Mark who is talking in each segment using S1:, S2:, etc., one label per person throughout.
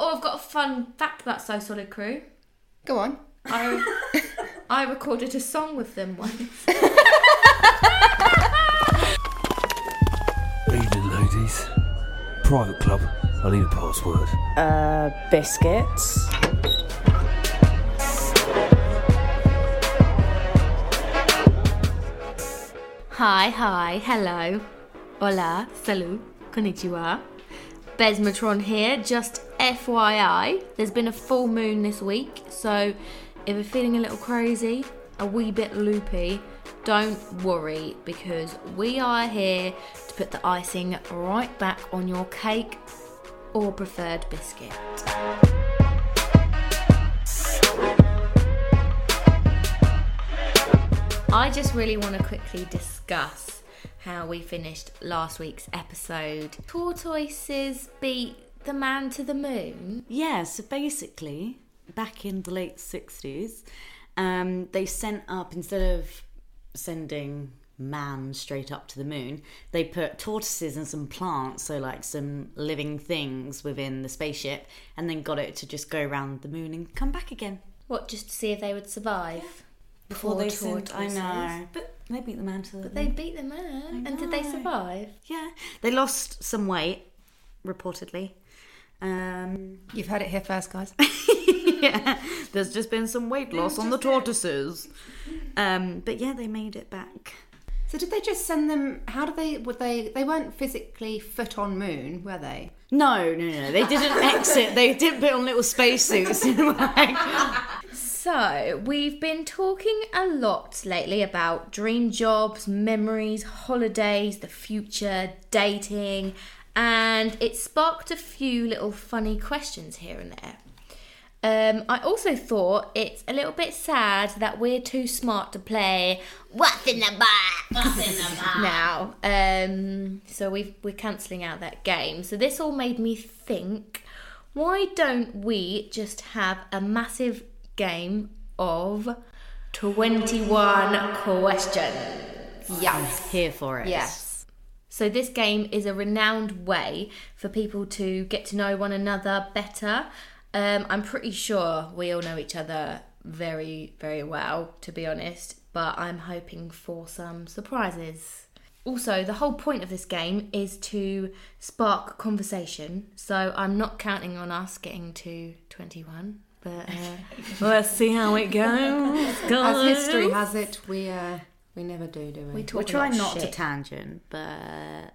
S1: Oh, I've got a fun fact about So Solid Crew.
S2: Go on.
S1: I I recorded a song with them once.
S3: Evening, ladies. Private club. I need a password.
S4: biscuits.
S1: Hi, hi, hello, hola, salut, konnichiwa. Besmatron here. Just FYI, there's been a full moon this week, so if you're feeling a little crazy, a wee bit loopy, don't worry because we are here to put the icing right back on your cake or preferred biscuit. I just really want to quickly discuss how we finished last week's episode. Tortoises beat the man to the moon.
S4: Yeah, so basically, back in the late 60s, um, they sent up, instead of sending man straight up to the moon, they put tortoises and some plants, so like some living things within the spaceship, and then got it to just go around the moon and come back again.
S1: What, just to see if they would survive?
S4: Before
S1: Poor
S4: they sent, I
S1: tortoises.
S4: know. But they beat the man to the
S1: But
S4: moon.
S1: they beat the man. And did they
S4: know.
S1: survive?
S4: Yeah, they lost some weight, reportedly. Um,
S2: You've heard it here first, guys.
S4: yeah, there's just been some weight loss on the tortoises. Um, but yeah, they made it back.
S2: so did they just send them? How did they? Would they? They weren't physically foot on moon, were they?
S4: No, no, no, they didn't exit. They did put on little spacesuits. and, like,
S1: So, we've been talking a lot lately about dream jobs, memories, holidays, the future, dating, and it sparked a few little funny questions here and there. Um, I also thought it's a little bit sad that we're too smart to play What's in the Box What's in the Box now. Um, so we've, we're cancelling out that game. So this all made me think why don't we just have a massive game of 21 questions?
S2: Yes.
S4: here for it.
S1: Yes. So this game is a renowned way for people to get to know one another better. Um, I'm pretty sure we all know each other very, very well, to be honest, but I'm hoping for some surprises. Also, the whole point of this game is to spark conversation, so I'm not counting on us getting to 21, but uh,
S4: Let's see how it goes.
S2: As history has it, we uh, we never do, do we?
S1: we talk
S4: We're
S1: a
S4: trying
S1: lot
S4: not to
S1: shit.
S4: tangent, but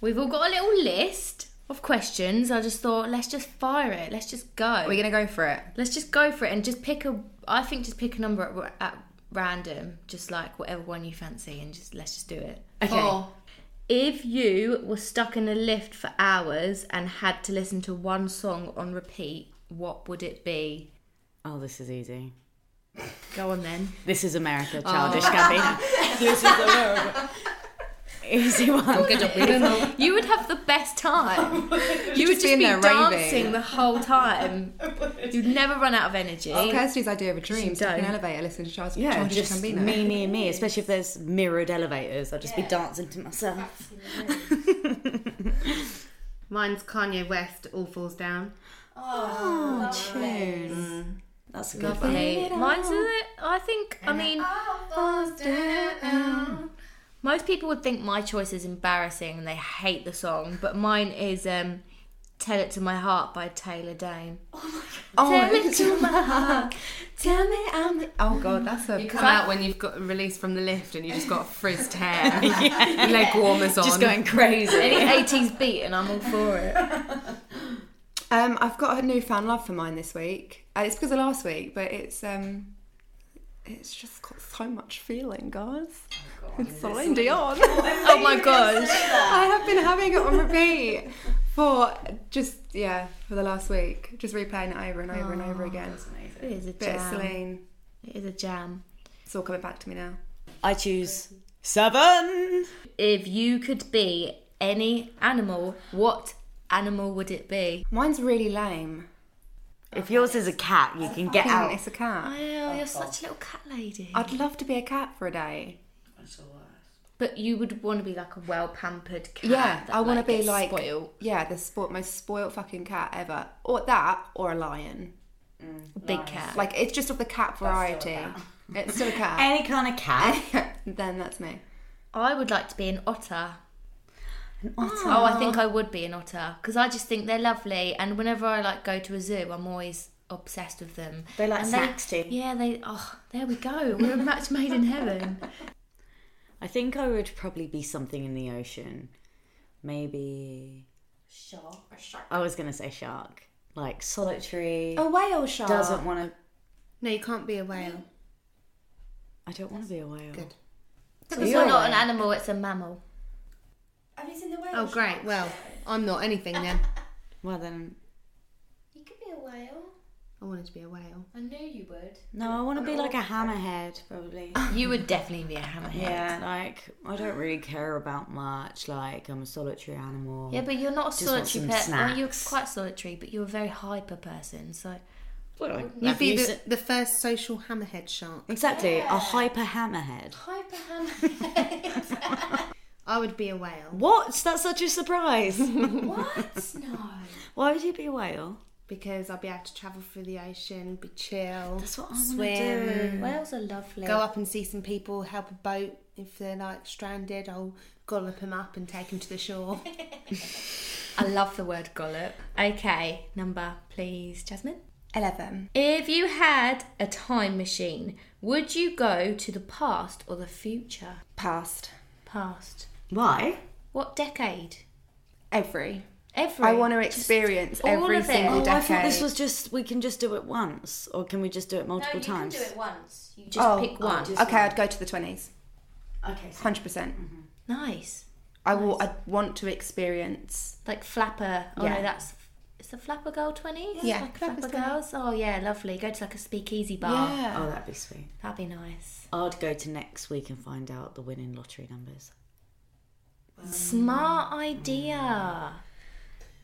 S1: We've all got a little list of questions. I just thought, let's just fire it. Let's just go.
S2: We're gonna go for it.
S1: Let's just go for it and just pick a. I think just pick a number at, ra- at random, just like whatever one you fancy, and just let's just do it.
S4: okay.
S1: If you were stuck in a lift for hours and had to listen to one song on repeat, what would it be?
S4: Oh, this is easy.
S1: Go on then.
S4: This is America, childish Gabby. this is America. Easy one. Good
S1: You would have the best time. you would just
S2: be
S1: be,
S2: in there raving.
S1: dancing the whole time. You'd never run out of energy.
S2: Kirsty's idea of a dream:
S1: She's
S2: stuck in an
S1: done.
S2: elevator, listening to Charles
S4: Yeah,
S2: Childish
S4: just
S2: Gambino.
S4: me, me, me. Especially if there's mirrored elevators, I'll just be dancing to myself.
S5: Mine's Kanye West, All Falls Down.
S4: That's a good one.
S1: Lovely. Mine's a, I think, I mean, most people would think my choice is embarrassing and they hate the song, but mine is um, Tell It to My Heart by Taylor Dane.
S2: Oh,
S1: Tell it to my heart. Tell me I'm the.
S2: oh god, that's a.
S5: You come out when you've got released from the lift and you just got frizzed hair, leg warmers on.
S4: Just going crazy.
S1: Any 80s beat and I'm all for it.
S2: Um, I've got a newfound love for mine this week. Uh, it's because of last week, but it's um, it's just got so much feeling, guys.
S5: Oh,
S2: it's Celine Dion.
S1: Oh my gosh.
S2: I have been having it on repeat for just yeah for the last week, just replaying it over and over and over again.
S1: It is a
S2: Bit of
S1: jam.
S2: Celine.
S1: It is a jam.
S2: It's all coming back to me now.
S4: I choose seven.
S1: If you could be any animal, what animal would it be?
S2: Mine's really lame.
S4: If yours is a cat, you can get
S2: Damn,
S4: out.
S2: It's a cat.
S1: Oh, you're such a little cat lady.
S2: I'd love to be a cat for a day.
S1: But you would want to be like a well pampered cat.
S2: Yeah,
S1: that,
S2: I want to be
S1: gets
S2: Ah, like
S1: spoiled.
S2: yeah, the sport most spoiled fucking cat ever, or that, or a lion.
S1: A big cat.
S2: Like it's just of the cat variety. It's still a cat.
S4: Any kind of cat.
S2: then that's me.
S1: I would like to be an otter. Oh, I think I would be an otter because I just think they're lovely. And whenever I like go to a zoo, I'm always obsessed with them.
S4: They like
S1: and
S4: snacks too.
S1: Yeah, they. Oh, there we go. We're a match made in heaven.
S4: I think I would probably be something in the ocean. Maybe. Shark. I was going to say shark. Like solitary.
S2: A whale shark.
S4: Doesn't want to.
S5: No, you can't be a whale.
S4: I don't want to be a whale.
S1: So you're not an animal; it's a mammal.
S6: Have you seen the whale?
S5: Oh, great. Well, I'm not anything then.
S4: Well, then.
S6: You could be a whale.
S5: I wanted to be a whale.
S6: I knew you would.
S4: No, I want to be like a hammerhead, probably.
S5: Oh,
S1: You would definitely be a hammerhead.
S4: yeah, like, I don't really care about much. Like, I'm a solitary animal.
S1: Yeah, but you're not a
S4: Just want
S1: solitary
S4: some
S1: person. Well, you're
S4: snacks.
S1: quite solitary, but you're a very hyper person. So
S4: Well,
S5: You'd
S4: I've
S5: be
S4: used
S5: the,
S4: it-
S5: the first social hammerhead shark.
S4: Exactly, a hyper hammerhead.
S6: Hyper hammerhead.
S5: I would be a whale
S4: What? That's such a surprise.
S6: what? No.
S4: Why would you be a whale?
S5: because I'd be able to travel through the ocean, be chill,
S4: That's what I want to do.
S1: swim. Whales are lovely.
S5: go up and see some people, help a boat if they're like stranded. I'll gollop them up and take them to the shore.
S1: I love the word gollop. Okay, number please, Jasmine.
S2: Eleven.
S1: If you had a time machine, would you go to the past or the future?
S2: Past.
S1: Past.
S4: Why?
S1: What decade?
S2: Every.
S1: Every.
S2: I want to experience
S1: all
S2: every
S1: of it.
S2: single
S1: Oh,
S2: decade.
S4: I thought this was just we can just do it once, or can we just do it multiple times?
S1: once. You just
S2: Oh,
S1: pick
S2: pick
S1: one.
S2: okay, I'd go to the twenties.
S4: Okay. So
S2: Hundred percent.
S1: Mm-hmm. Nice.
S2: I will. I want to experience.
S1: Like flapper. Oh no,
S2: Yeah.
S1: that's. It's the Flapper Girl 20s?
S2: Yeah,
S1: Like
S2: Flapper's
S1: Flapper
S2: 20.
S1: Girls? Oh, yeah, lovely. Go to like a speakeasy bar.
S2: Yeah.
S4: oh, that'd be sweet.
S1: That'd be nice.
S4: I'd go to next week and find out the winning lottery numbers.
S1: Mm. Smart idea.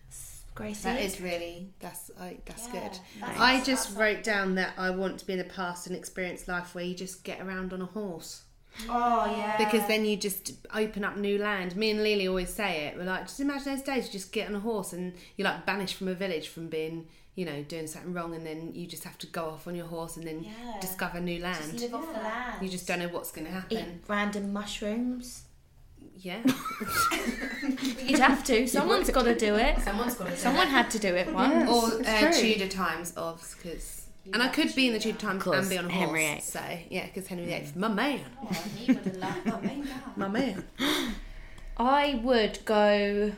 S1: S- Gracie?
S5: That is really that's I, that's good. I just wrote down that I want to be in the past and experience life where you just get around on a horse.
S2: Oh yeah.
S5: Because then you just open up new land. Me and Lily always say it. We're like, just imagine those days you just get on a horse and you're like banished from a village from being, you know, doing something wrong, and then you just have to go off on your horse and then discover new land.
S6: off the land.
S5: you just don't know what's going to
S1: Eat
S5: happen.
S1: random mushrooms.
S5: Yeah.
S1: You'd have to. Someone's got to do it.
S5: Someone's got to
S1: Someone had to do it once.
S5: or
S2: It's
S5: uh,
S2: true.
S5: Tudor times of because and I could be in the Tudor times
S4: course,
S5: and be on a horse.
S4: Henry VIII.
S5: So yeah, because Henry VIII, my man,
S6: Oh, he would have loved that. Main
S5: my man.
S1: I would go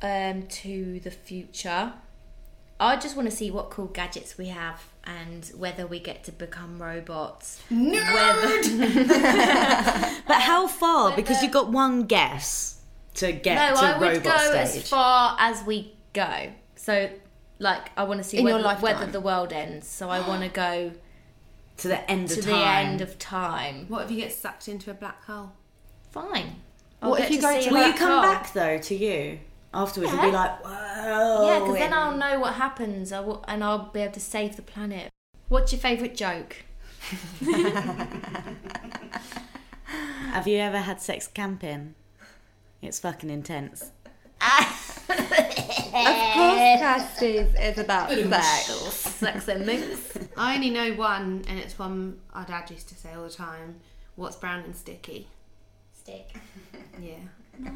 S1: um, to the future. I just want to see what cool gadgets we have and whether we get to become robots. Whether-
S4: But how far? Because you got one guess to get
S1: no,
S4: to
S1: I would go
S4: robot stage.
S1: as far as we go. So, like, I want to see
S2: In your
S1: whether,
S2: lifetime.
S1: whether the world ends. So I want to go
S4: to the end
S1: to
S4: of
S1: the
S4: time.
S1: end of time.
S5: What if you get sucked into a black hole?
S1: Fine. I'll
S2: What
S1: get
S2: if you go
S1: see
S2: to?
S1: a
S4: Will you
S1: black hole.
S4: come back though to you afterwards and be
S1: Yeah.
S4: like, whoa?
S1: Yeah, because then
S4: and-
S1: I'll know what happens I will, and I'll be able to save the planet. What's your favourite joke?
S4: Have you ever had sex camping? It's fucking intense.
S2: Of course, Casties is about sex.
S1: Sex and minks.
S5: I only know one, and it's one our dad used to say all the time. What's brown and sticky?
S1: Stick.
S5: Yeah.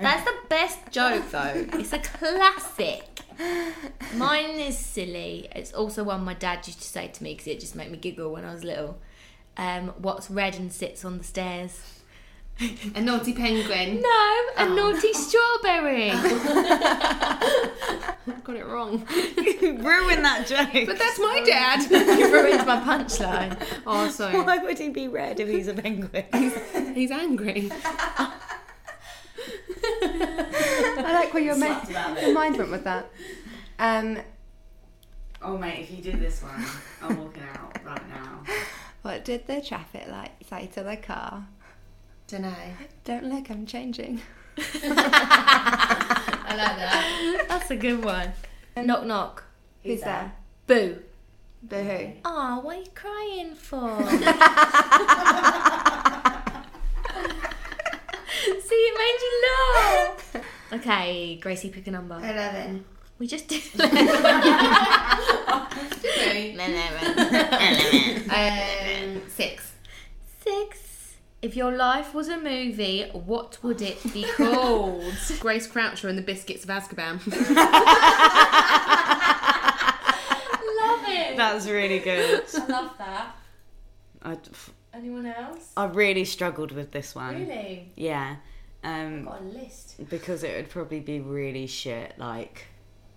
S1: That's the best joke though. It's a classic. Mine is silly. It's also one my dad used to say to me because it just made me giggle when I was little. Um, what's red and sits on the stairs? Oh.
S5: A naughty penguin.
S1: No, a naughty strawberry.
S5: Got it wrong.
S4: Ruin that joke.
S5: But that's my dad.
S1: you ruined my punchline.
S5: oh, sorry.
S4: Why would he be red if he's a penguin?
S5: He's angry.
S2: I like where your, ma- your mind went with that. Um,
S4: Oh mate, if you do this one, I'm walking out right now.
S2: what did the traffic light say to the car?
S5: Dunno.
S2: Don't look, I'm changing.
S5: I like that.
S1: That's a good one. Knock knock.
S2: Who's there?
S1: Boo.
S2: Boo hoo.
S1: Aw, what are you crying for? see it made you laugh. Okay, Gracie, pick a number.
S6: Eleven.
S1: We just did.
S6: um, six.
S1: Six. If your life was a movie, what would it be called?
S5: Grace Croucher and the Biscuits of Azkaban.
S6: Love it.
S4: That's really good.
S6: I love that.
S4: I,
S6: Anyone else?
S4: I really struggled with this one.
S6: Really?
S4: Yeah. Um,
S6: Got a list.
S4: because it would probably be really shit. Like,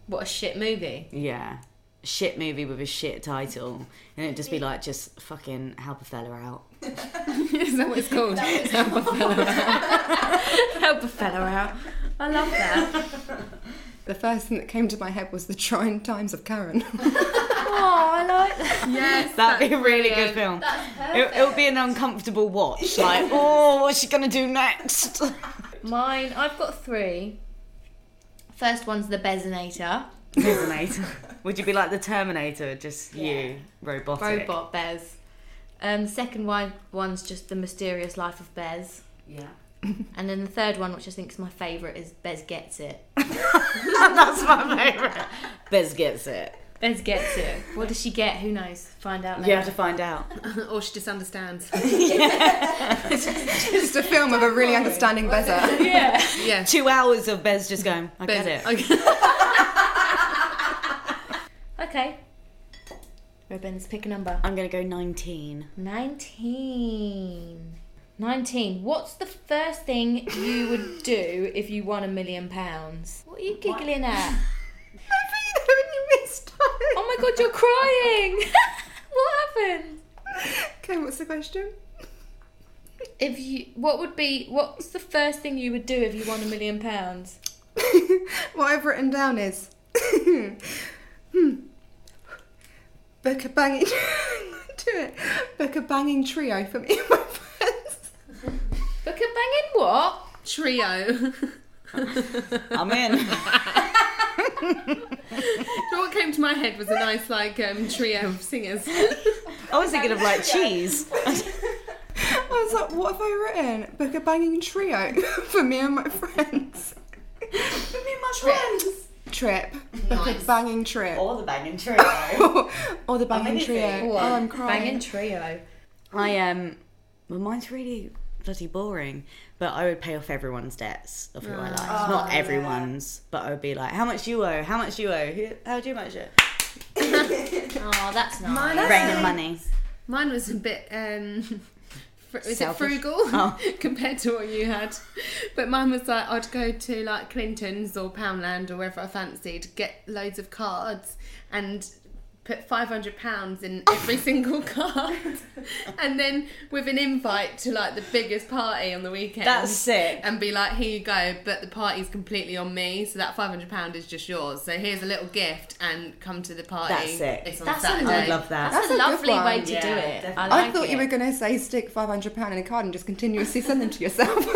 S1: What a shit movie.
S4: yeah. Shit movie with a shit title. And it'd just be like, just fucking help a fella out.
S5: Is that what it's called? Help a fella out.
S1: Help a fella out. I love that.
S2: The first thing that came to my head was the trying times of Karen.
S1: Oh, I like that.
S5: Yes.
S4: That'd be a really good film. It, it would be an uncomfortable watch. Like, oh, what's she gonna do next?
S1: Mine, I've got three. First one's the Besinator.
S4: Terminator. Would you be like the Terminator, just you, robotic?
S1: Robot Bez. Um, second one, one's just the mysterious life of Bez.
S4: Yeah.
S1: And then the third one, which I think is my favourite, is Bez Gets It.
S4: That's my favourite. Bez gets it.
S1: Bez Gets It. What does she get? Who knows? Find out
S4: You
S1: later.
S4: have to find out.
S5: Or she just understands.
S2: Just a film of a really understanding Beza.
S5: Yeah.
S4: Two hours of Bez just going, I get it.
S5: Okay.
S1: Okay. Ribbons, pick a number.
S4: I'm gonna go 19.
S1: 19. 19. What's the first thing you would do if you won a million pounds? What are you giggling at? Oh my god, you're crying! what happened?
S2: Okay, what's the question?
S1: If you, what would be, what's the first thing you would do if you won a million pounds?
S2: what I've written down is hmm, book a banging do it. Book a banging trio for me and my friends.
S1: Book a banging what?
S5: Trio. Do you
S4: I'm in.
S5: know what came to my head was a nice like um, trio of singers.
S4: I was thinking of like cheese.
S2: I was like, what have I written? Book a banging trio for me and my friends. for me and my friends. Trip. Book a banging trip.
S4: Or the banging trio.
S2: Or, the banging
S4: Amazing.
S2: trio. Oh, I'm crying.
S1: Banging trio.
S4: I Um, well, mine's really bloody boring, but I would pay off everyone's debts of who I like. Not everyone's, but I would be like, how much you owe? How much you owe? Who- How do you much it?
S1: Oh, that's nice.
S4: Rain of money.
S5: Mine was a bit. Um, fr- was
S4: Selfish.
S5: it frugal
S4: Oh.
S5: compared to what you had? But mine was like I'd go to like Clinton's or Poundland or wherever I fancied, get loads of cards and put five hundred pounds in every single card, and then with an invite to like the biggest party on the weekend.
S4: That's sick.
S5: And be like, here you go, but the party's completely on me, so that five hundred pound is just yours. So here's a little gift, and come to the party.
S4: That's sick.
S5: It's on
S1: That's a
S5: Saturday.
S4: I love that.
S1: That's,
S2: That's
S1: a,
S2: a good
S1: lovely
S2: one.
S1: way to
S4: Yeah,
S1: do it. I,
S4: definitely.
S1: like
S2: I thought
S1: it.
S2: you were going to say stick £500 in a card and just continuously send them to yourself.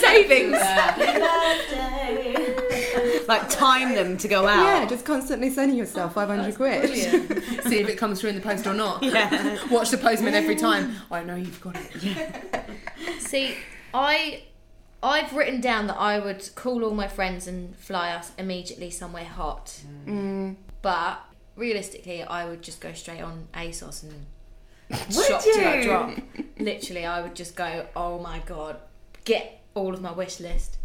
S1: savings.
S4: Like time them to go
S2: yeah,
S4: out.
S2: just constantly sending yourself 500 quid.
S5: see if it comes through in the post or not.
S4: Yeah.
S5: Watch the postman every time. I know you've got it.
S1: See, I I've written down that I would call all my friends and fly us immediately somewhere hot.
S4: Mm.
S1: But realistically, I would just go straight on ASOS and shop till I
S4: you?
S1: drop. Literally, I would just go, "Oh my god, get all of my wish list."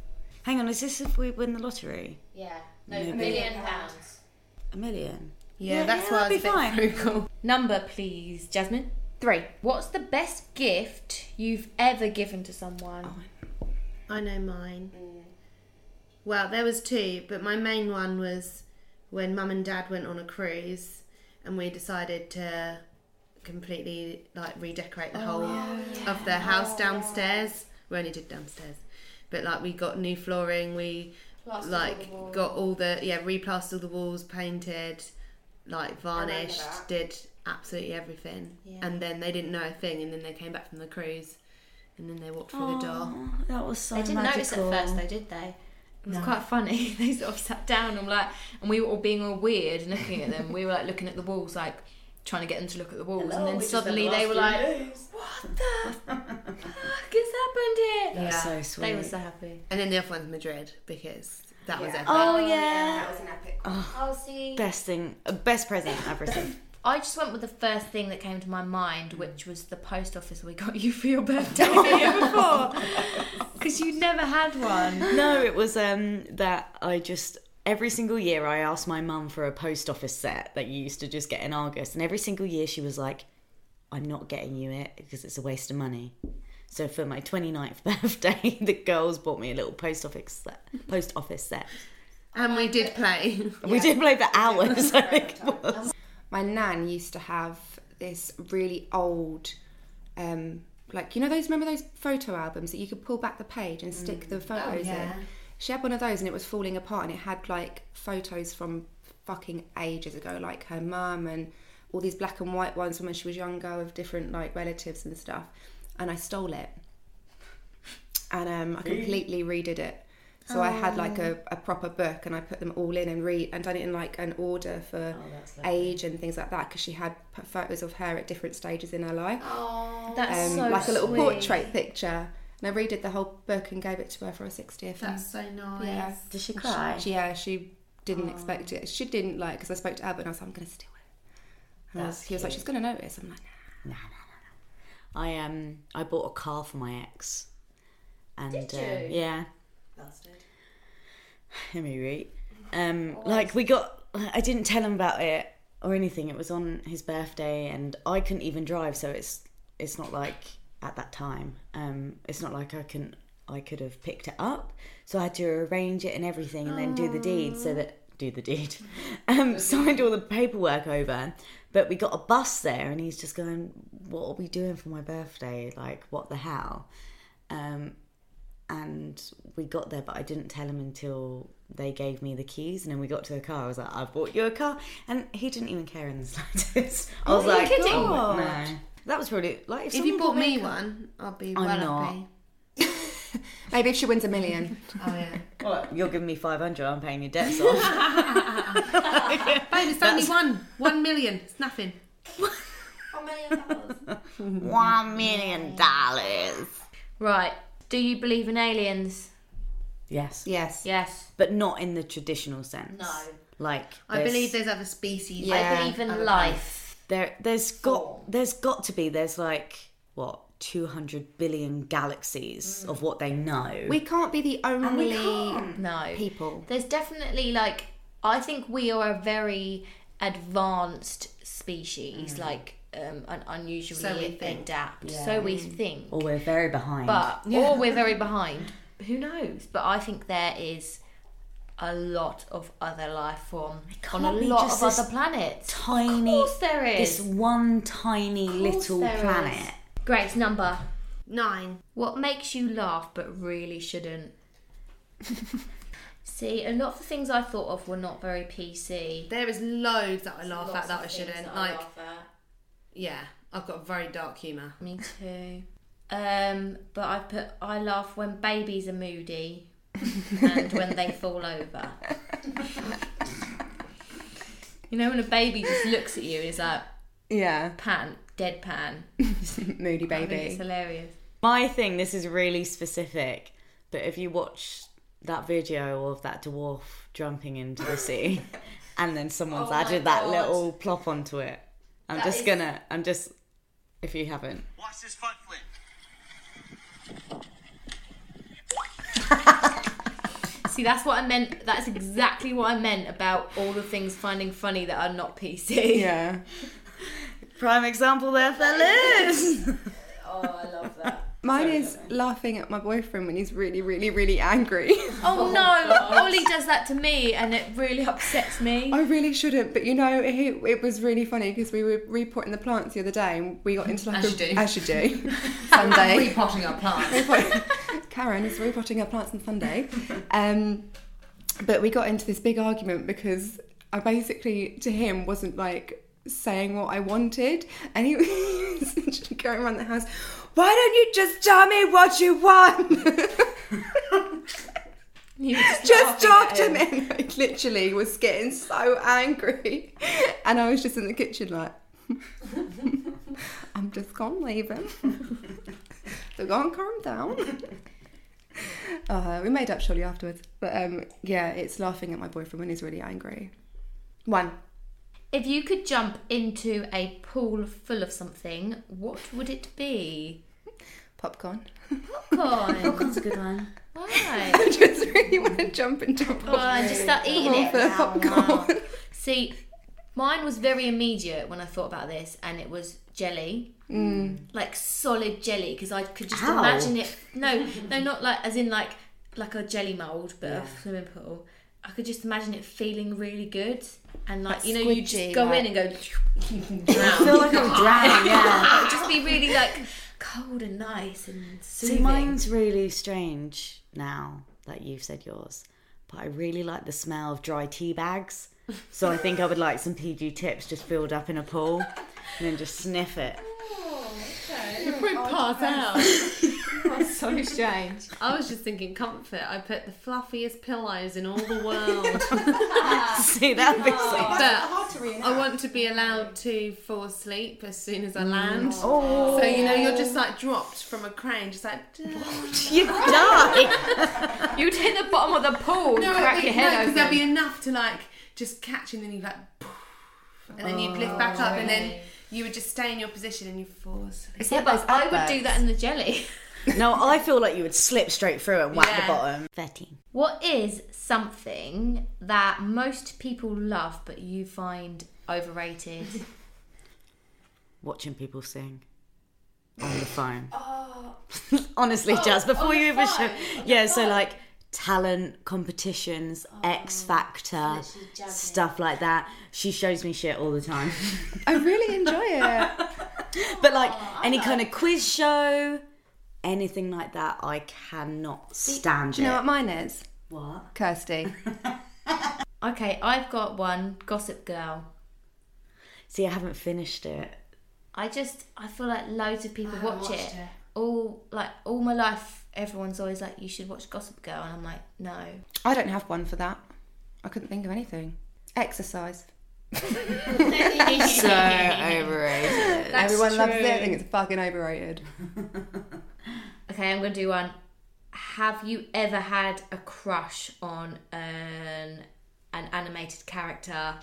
S4: Hang on, is this if we win the lottery?
S6: Yeah.
S4: No, Maybe. million
S6: pounds.
S4: A million.
S5: Yeah,
S4: Yeah,
S5: that's
S4: yeah,
S5: why I
S4: that'd
S5: was a
S4: be
S5: bit
S4: fine.
S5: frugal.
S1: Number, please, Jasmine. Three. What's the best gift you've ever given to someone?
S4: Oh.
S5: I know mine. Well, there was two, but my main one was when Mum and Dad went on a cruise, and we decided to completely like redecorate the whole of their house downstairs. We only did downstairs, but like we got new flooring. We like got all the yeah replastered the walls, painted, like varnished, did absolutely everything. And then they didn't know a thing, and then they came back from the cruise, and then they walked through the door.
S4: That was so
S1: They didn't
S4: magical.
S1: notice at first, though, did they? It was quite funny. They sort of sat down and like, and we were all being all weird and looking at them. we were like looking at the walls, like trying to get them to look at the walls, and then suddenly they were like, "What the It's happened here.
S4: That was so sweet.
S1: They were so happy.
S5: And then the other one's Madrid because that was
S2: Yeah.
S5: epic.
S4: oh
S2: That
S4: yeah,
S2: was an epic.
S1: I'll see.
S4: best thing, uh, best present I've received.
S1: I just went with the first thing that came to my mind,
S2: Mm.
S1: which was the post office we got you for your birthday the year before, because you never had one.
S4: no, it was um that I just every single year I asked my mum for a post office set that you used to just get in Argos, and every single year she was like, "I'm not getting you it because it's a waste of money." So for my 29th birthday, the girls bought me a little post office set. Post office set.
S5: And we did play.
S4: We did play for hours. I think it was.
S2: My nan used to have this really old, um, like you know those remember those photo albums that you could pull back the page and stick the photos in. She had one of those and it was falling apart and it had like photos from fucking ages ago, like her mum and all these black and white ones from when she was younger of different like relatives and stuff. And I stole it. And um, I completely redid it. So I had like a, a proper book and I put them all in and read and done it in like an order for age and things like that because she had p- photos of her at different stages in her life
S5: Oh,
S1: That's
S2: um,
S1: so
S2: like a little
S1: sweet.
S2: portrait picture. And I redid the whole book and gave it to her for her 60th.
S5: That's so nice.
S2: yeah.
S1: Did she cry?
S2: She, yeah, she didn't expect it. She didn't like because I spoke to Albert and I was like, I'm going to steal it. And I was, he was like, she's going to notice. I'm like, nah.
S4: I um I bought a car for my ex. And Did you? yeah. Bastard. Let me read. Um like we got I didn't tell him about it or anything. It was on his birthday and I couldn't even drive, so it's it's not like at that time. Um it's not like I can I could have picked it up. So I had to arrange it and everything and then do the deed so that do the deed. Um signed all the paperwork over. But we got a bus there and he's just going, What are we doing for my birthday? Like, what the hell? Um and we got there, but I didn't tell him until they gave me the keys, and then we got to the car. I was like, "I bought you a car," and he didn't even care in the slightest. I was like,
S1: kidding?
S4: "Oh, no." That was probably like if,
S5: If you
S4: someone
S5: bought
S4: a
S5: me
S4: car-
S5: one, I'd be
S4: I'm
S5: well
S4: not.
S5: happy.
S2: Maybe if she wins a million.
S5: Oh yeah.
S4: Well, you're giving me five hundred. I'm paying your debts off.
S5: Babe, it's only one. One million. It's nothing.
S4: one million dollars.
S1: Right. Do you believe in aliens?
S4: Yes,
S2: yes.
S1: Yes.
S4: but not in the traditional sense.
S6: No.
S4: like
S5: I believe
S4: there's
S5: there's other species.
S2: Yeah.
S1: I believe in life.
S4: there, there's got there's got to be there's like what two hundred billion galaxies
S1: Mm.
S4: of what they know.
S2: We can't be the only
S1: No.
S2: people.
S1: There's definitely like I think we are a very advanced species,
S4: Mm.
S1: like um, an unusually
S5: So we think.
S1: adapt. So we think.
S4: or we're very behind.
S1: but or we're very behind. Who knows? But I think there is a lot of other life form on a
S4: can't be
S1: lot
S4: just
S1: of
S4: this
S1: other planets.
S4: tiny.
S1: Of course there
S4: This
S1: is.
S4: one tiny
S1: course
S4: little
S1: there is.
S4: planet.
S1: Grace number.
S5: Nine.
S1: What makes you laugh but really shouldn't? See, a lot of the things I thought of were not very PC.
S5: There is loads that I laugh
S6: Lots
S5: at that
S6: of
S5: I
S6: things
S5: shouldn't.
S6: that I
S5: like,
S6: laugh at.
S5: yeah, I've got very dark humour.
S1: Me too. Um, but I put I laugh when babies are moody and when they fall over. you know when a baby just looks at you and is like
S2: Yeah.
S1: pan, deadpan.
S2: Moody
S1: I think it's
S2: baby.
S1: hilarious.
S4: My thing, this is really specific, but if you watch that video of that dwarf jumping into the sea and then
S1: Oh
S4: someone's added that little plop onto it. I'm just gonna I'm just if you haven't.
S7: Watch this front flip.
S1: See, that's what I meant. That's exactly what I meant about all the things finding funny that are not PC.
S2: Yeah.
S4: Prime example there, fellas.
S2: Mine is laughing at my boyfriend when he's really, really, really angry.
S1: Oh, no, Ollie does that to me and it really upsets me.
S2: I really shouldn't, but you know, it, it was really funny because we were repotting the plants the other day and we got into like
S5: As
S2: a
S5: you do.
S2: as you do Sunday.
S5: Repotting our plants.
S2: Karen is repotting her plants on Sunday, um, but we got into this big argument because I basically to him wasn't like saying what I wanted, and he was literally going around the house. Why don't you just tell me what you want?
S1: You were just
S2: just
S1: laughing at
S2: talk to me. And I literally was getting so angry, and I was just in the kitchen like, I'm just gonna leave him. So go on, calm down. uh, we made up shortly afterwards. But um, yeah, it's laughing at my boyfriend when he's really angry. One.
S1: If you could jump into a pool full of something, what would it be?
S2: Popcorn.
S1: Popcorn.
S4: Popcorn's a good one.
S1: Right.
S2: I just really want to jump into a
S1: Well,
S2: popcorn.
S1: and just start eating
S2: All
S1: it.
S2: for
S1: Wow,
S2: popcorn.
S1: wow. See, mine was very immediate when I thought about this, and it was jelly. Like solid jelly, because I could just
S4: Ow.
S1: imagine it. No, no, not like as in like like a jelly mold, but a swimming pool. I could just imagine it feeling really good, and like you know, you
S2: squidgy,
S1: just go
S2: like-
S1: in and go.
S4: I feel like I'm drowning. Yeah.
S1: It would just be really like cold and nice and
S4: See,
S1: soothing.
S4: mine's really strange now that you've said yours, but I really like the smell of dry tea bags. So I think I would like some PG tips just filled up in a pool and then just sniff it.
S5: pass out.
S7: That's so strange.
S5: I was just thinking comfort. I put the fluffiest pillows in all the world.
S4: See, that'd be so.
S5: but I want to be allowed to fall asleep as soon as I
S7: Mm.
S5: land.
S4: Oh,
S5: So you know you're just like dropped from a crane, just like
S4: you die!
S7: You'd hit the bottom of the pool and crack your head
S5: because
S7: open.
S5: there'll be enough to like just catch and then you like, and then you'd lift back up and
S7: Oh,
S5: then you would just stay in your position and you fall asleep.
S1: yeah, but I would do that in the jelly.
S4: No, I feel like you would slip straight through and whack the
S5: Yeah.
S4: bottom. 13.
S1: What is something that most people love but you find overrated?
S4: Watching people sing on the phone. Honestly,
S2: Oh,
S4: Jazz, before you even show. Yeah, so like talent competitions,
S2: Oh,
S4: X Factor, stuff like that. She shows me shit all the time.
S2: I really enjoy it.
S4: but like any kind of quiz show, anything like that, I cannot stand
S2: Do you know
S4: it.
S2: what mine is?
S4: What?
S2: Kirsty.
S1: okay, I've got one Gossip Girl.
S4: See, I haven't finished it.
S1: I just, I feel like loads of people watch it. All, like, all my life, everyone's always like, you should watch Gossip Girl. And I'm like, no.
S2: I don't have one for that. I couldn't think of anything. Exercise.
S4: So overrated.
S2: Everyone loves it. I think it's fucking overrated.
S1: Okay, I'm going to do one. Have you ever had a crush on an, an animated character?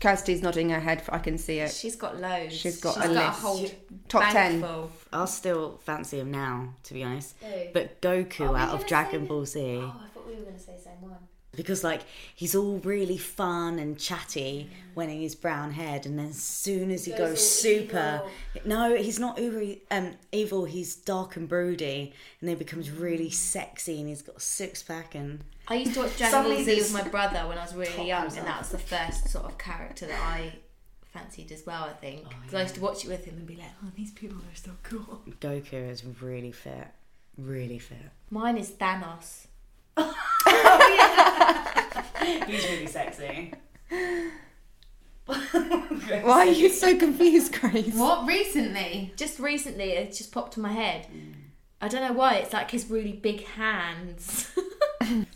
S2: Kirsty's nodding her head. I can see it.
S1: She's got loads.
S2: She's got
S1: She's
S2: a
S1: got
S2: list.
S1: a whole
S2: Top ten.
S1: full.
S4: I'll still fancy him now, to be honest. But
S2: Oh,
S4: Goku out of Dragon Ball Z.
S1: Oh, I thought we were going to say the same one.
S4: because like he's all really fun and chatty when he's brown haired and then as soon as he goes, super no he's not uber um evil he's dark and broody and then he becomes really sexy and he's got a six pack and
S1: I used to watch Dragon Ball Z
S4: Suddenly
S1: with my brother when I was really young,
S4: comes
S1: and that was the first sort of character that I fancied as well. I think 'Cause I used to watch it with him and be like, "Oh, these people are so cool."
S4: Goku is really fit really fit
S1: Mine is Thanos.
S4: he's really sexy
S2: Why are you so confused, Grace?
S5: What recently?
S1: Just recently, it just popped in my head.
S2: Mm.
S1: I don't know why. It's like his really big hands.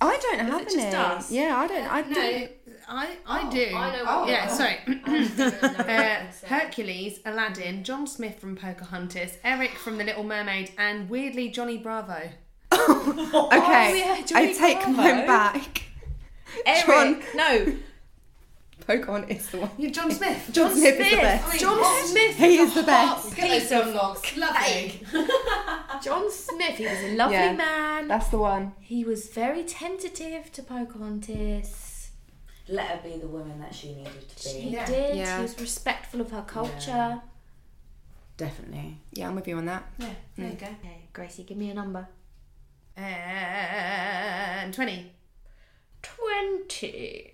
S2: I don't have
S1: it just
S2: any.
S1: us?
S2: Yeah, I don't. I
S5: No,
S2: don't.
S5: I I do. Oh,
S1: I know what
S5: yeah, sorry.
S1: Uh,
S5: Uh, Hercules, Aladdin, John Smith from Pocahontas, Eric from The Little Mermaid, and weirdly Johnny Bravo.
S2: Okay,
S1: yeah,
S2: I
S1: Johnny
S2: take mine back.
S1: Eric,
S2: John-
S1: no,
S2: Pokemon is the one.
S5: Yeah, John Smith.
S2: John Smith is the
S4: Oh
S2: best.
S1: John Smith.
S2: He is the best.
S1: Piece of John Smith. He was a lovely
S2: Yeah.
S1: man.
S2: That's the one.
S1: He was very tentative to Pocahontas.
S4: let her be the woman that she needed to be
S1: He did.
S2: Yeah.
S1: He was respectful of her culture.
S4: definitely
S2: Yeah, I'm with you on that.
S5: Yeah, there you go.
S1: Okay, Gracie, give me a number.
S5: And 20.
S1: 20.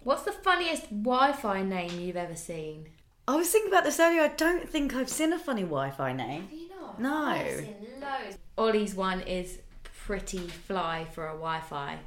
S1: What's the funniest Wi Fi name you've ever seen?
S4: I was thinking about this earlier I don't think I've seen a funny Wi-Fi name
S1: You know,
S4: No. I've
S1: loads. Ollie's one is Pretty Fly for a Wi Fi.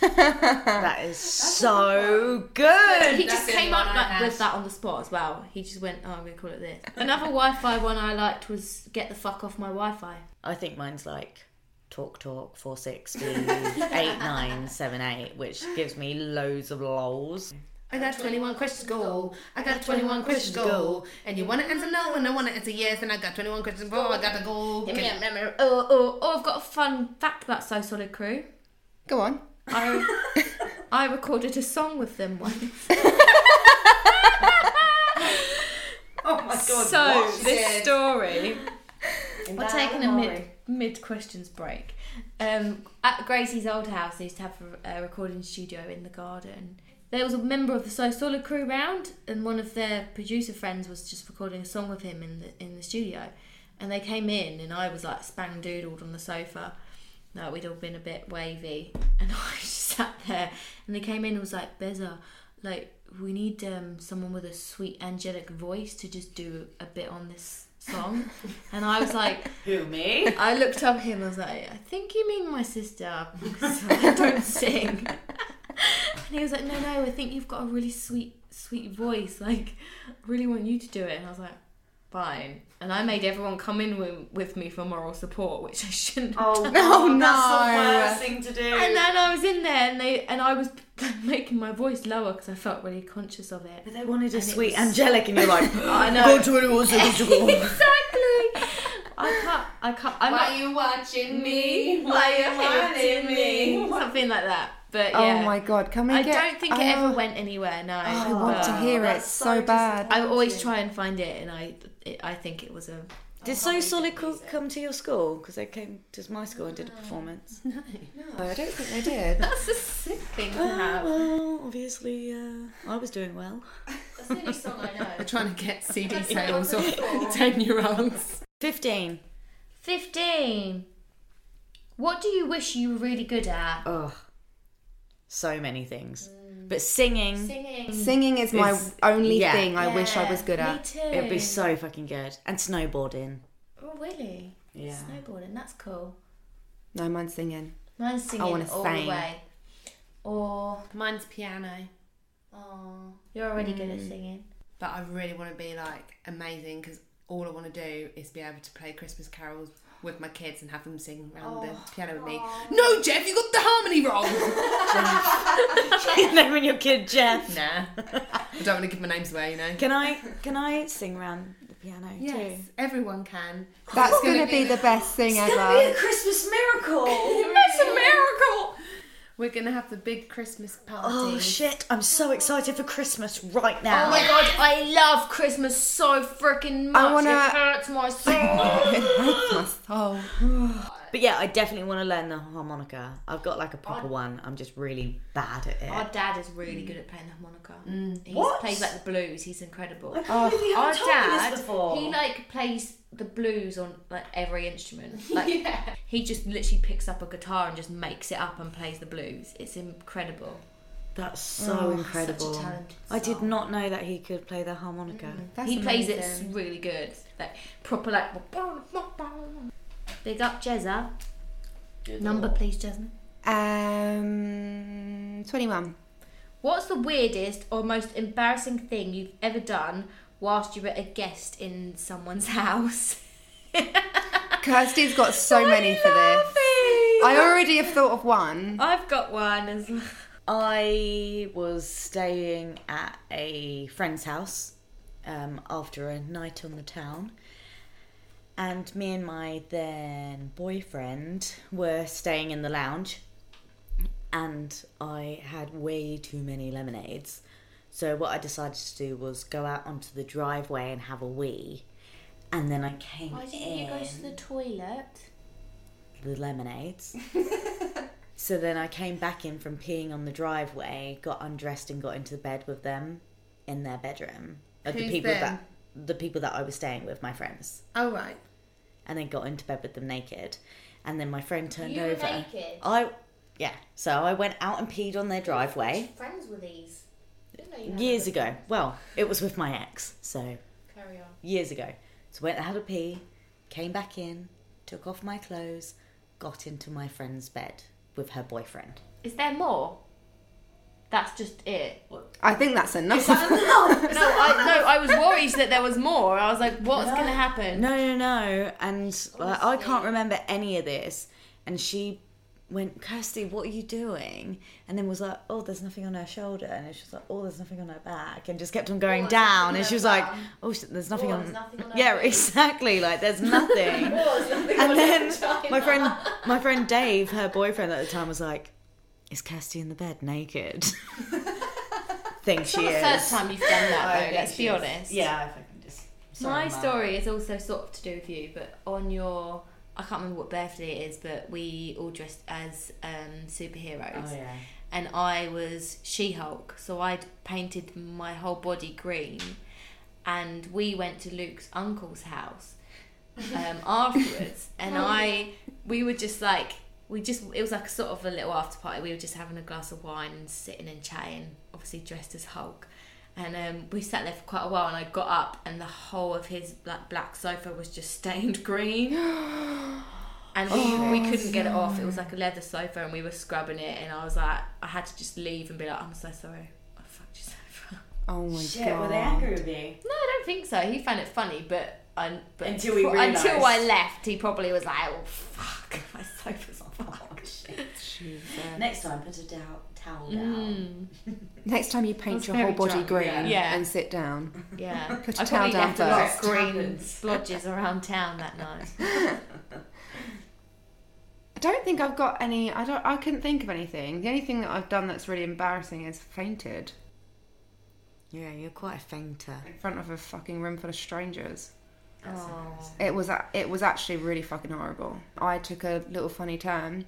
S4: that is so good
S1: He just
S5: the only
S1: came
S5: one
S1: up
S5: I
S1: like,
S5: had.
S1: with that on the spot as well. He just went, oh, I'm going to call it this. Another Wi Fi one I liked was Get the Fuck Off My Wi Fi.
S4: I think mine's like talk talk four six B eight nine seven eight, which gives me loads of lols.
S5: I got 21 questions to go. I got 21 questions to go. And you want to answer no, and I want to answer yes, and I got 21 questions to go. I got to go.
S1: Give me a memory. Oh, oh, oh, I've got a fun fact about So Solid Crew.
S2: Go on.
S4: Oh,
S1: I, I recorded a song with them once.
S7: Oh my god.
S1: so this story we're taking a mid mid questions break um, at gracie's old house they used to have a, a recording studio in the garden there was a member of the so solid crew round and one of their producer friends was just recording a song with him in the in the studio and they came in and i was like spang doodled on the sofa no, we'd all been a bit wavy, and I just sat there. And they came in and was like, "Beza, like we need um, someone with a sweet angelic voice to just do a bit on this song." and I was like,
S4: Who, me?
S1: I looked up at him. I was like, "I think you mean my sister, 'cause I don't sing." And he was like, "No, no, I think you've got a really sweet, sweet voice. Like, I really want you to do it." And I was like, "Fine." And I made everyone come in wi- with me for moral support, which I shouldn't. have
S4: Oh,
S2: Oh,
S4: That's
S2: no.
S4: the worst thing to do.
S1: and then I was in there, and they and I was making my voice lower because I felt really conscious of it.
S4: But they wanted a
S1: it
S4: sweet
S1: was-
S4: angelic, and you're like,
S1: I know.
S4: Go to anyone seconds to go.
S1: exactly. I can't. I can't. I'm
S6: Why
S1: not,
S6: are you watching me?
S1: Why
S6: Why are you
S1: hating
S6: wanting me?
S1: Something like that. But
S2: Oh
S1: yeah.
S2: my god, can we
S1: I
S2: get?
S1: don't think
S2: oh,
S1: it ever went anywhere. No.
S2: I want to
S1: but
S2: hear it
S4: that's so
S2: so bad.
S1: I always try and find it, and I it, I think it was a.
S4: Did So Solid Co- come to your school? Because they came to my school and did a performance.
S2: No, I don't think they did.
S1: That's a sick thing to
S5: Ah.
S4: Oh,
S1: have.
S4: well, obviously, uh, I was doing well.
S6: That's the only song I know.
S5: We're trying to get CD sales off 10 year olds.
S4: 15.
S1: Fifteen. What do you wish you were really good at?
S4: Ugh. So many things. But singing,
S1: Singing.
S2: Singing is my
S4: It's-
S2: only
S4: yeah.
S2: thing I wish I was good
S1: me
S2: at.
S1: too.
S4: it'd be so fucking good. And snowboarding.
S1: Oh really?
S4: Yeah.
S1: Snowboarding. That's cool.
S2: No, mine's singing.
S1: Mine's singing
S2: wanna
S1: all
S2: sing.
S1: the way. Or
S5: Mine's piano.
S1: oh, you're already good at singing.
S5: But I really want to be like amazing because all I want to do is be able to play Christmas carols with my kids and have them sing around the piano with me. No, Jeff, you got the harmony wrong.
S4: you know, when you're kid, Jeff.
S5: nah, I don't want to give my names away, you know.
S4: Can I can I sing round the piano
S5: Yes,
S4: too?
S5: everyone can.
S2: That's gonna be the best thing
S4: Be
S2: ever.
S4: a Christmas miracle.
S5: It's a miracle. We're gonna have the big Christmas party.
S4: oh shit! I'm so excited for Christmas right now.
S1: Oh my god, I love Christmas so freaking much.
S2: I wanna-
S1: It hurts my soul.
S2: Oh,
S4: But yeah, I definitely want to learn the harmonica. I've got like a proper one. I'm just really bad at it.
S1: Our dad is really good at playing the harmonica. He
S4: What?
S1: plays like the blues. He's incredible.
S4: Really,
S1: Our
S4: I've told you this
S1: dad,
S4: before.
S1: he like plays the blues on like every instrument. Like he just literally picks up a guitar and just makes it up and plays the blues. It's incredible.
S4: That's so incredible.
S1: Oh, Such a talented Mm-hmm.
S4: I did
S1: soul.
S4: not know that he could play the harmonica.
S2: that's
S1: he plays it
S2: amazing.
S1: really good, like proper like. Big up Jezza. Number please, Jasmine.
S2: Um, twenty-one.
S1: What's the weirdest or most embarrassing thing you've ever done whilst you were a guest in someone's house?
S2: Kirsty's got so many for this. I already have thought of one.
S1: I've got one as well.
S4: I was staying at a friend's house um, after a night on the town, and me and my then boyfriend were staying in the lounge, and I had way too many lemonades. So what I decided to do was go out onto the driveway and have a wee, and then I came in
S1: the toilet?
S4: the lemonades. so then I came back in from peeing on the driveway, got undressed and got into bed with them in their bedroom. Like the
S5: Who's
S4: people
S5: them?
S4: that the people that I was staying with, my friends.
S5: All right.
S4: And then got into bed with them naked. And then my friend turned
S1: You were
S4: over.
S1: naked?
S4: I yeah. So I went out and peed on their driveway
S1: Friends with these.
S4: years ago. Well, it was with my ex, so
S1: Carry on.
S4: years ago. So went and had a pee, came back in, took off my clothes, got into my friend's bed with her boyfriend.
S1: Is there more? That's just it. No,
S2: I think that's enough.
S1: I, no, I was worried that there was more. I was like, what's going to happen?
S4: uh, No, no, no. And like, I can't remember any of this. And she went, Kirsty, what are you doing? And then was like, oh, there's nothing on her shoulder. And then she was like, oh, there's nothing on her back. And just kept on going
S6: there's
S4: down.
S6: nothing
S4: And
S6: on
S4: she
S6: her
S4: was like,
S6: bum.
S4: oh, sh- there's nothing
S6: Oh,
S4: on.
S6: there's nothing on her
S4: yeah,
S6: bum.
S4: exactly. Like, there's nothing. and then my friend, my friend Dave, her boyfriend at the time, was like, is Kirsty in the bed naked? Think she
S7: the
S4: is.
S7: first time you've done that,
S4: think
S7: though, let's
S4: she
S7: be
S4: is.
S7: honest.
S4: Yeah, I fucking just.
S1: My
S4: sorry, Mum.
S1: story is also sort of to do with you, but on your, I can't remember what birthday it is, but we all dressed as um, superheroes.
S4: Oh, yeah.
S1: and I was She Hulk, so I'd painted my whole body green. And we went to Luke's uncle's house um, afterwards, and I we were just like we just it was like sort of a little after party. We were just having a glass of wine and sitting and chatting, obviously dressed as Hulk. And um, we sat there for quite a while, and I got up, and the whole of his like black sofa was just stained green. And we, we couldn't get it off. It was like a leather sofa, and we were scrubbing it. And I was like, I had to just leave and be like, I'm so sorry. I fucked your sofa.
S2: Oh my
S4: Shit,
S2: god.
S4: were they angry with you?
S1: No, I don't think so. He found it funny, but, I, but
S4: Until we
S1: before- until I
S4: realised.
S1: left, he probably was like, oh fuck, my sofa's fucked.
S4: Next time, put a dowel, towel down.
S1: Mm,
S2: Next time you paint
S1: That's
S2: your whole
S1: very
S2: body
S1: drunk,
S2: green
S4: yeah.
S1: Yeah.
S2: and sit down.
S1: yeah,
S2: Put
S1: I
S2: a towel
S1: probably
S2: down
S1: left a lot
S2: first.
S1: of green
S4: Happens.
S1: splodges around town that night.
S2: I don't think I've got any. I don't. I couldn't think of anything. The only thing that I've done that's really embarrassing is fainted
S4: Yeah, you're quite a fainter.
S2: in front of a fucking room full of strangers.
S1: Oh.
S2: It was a- it was actually really fucking horrible. I took a little funny turn,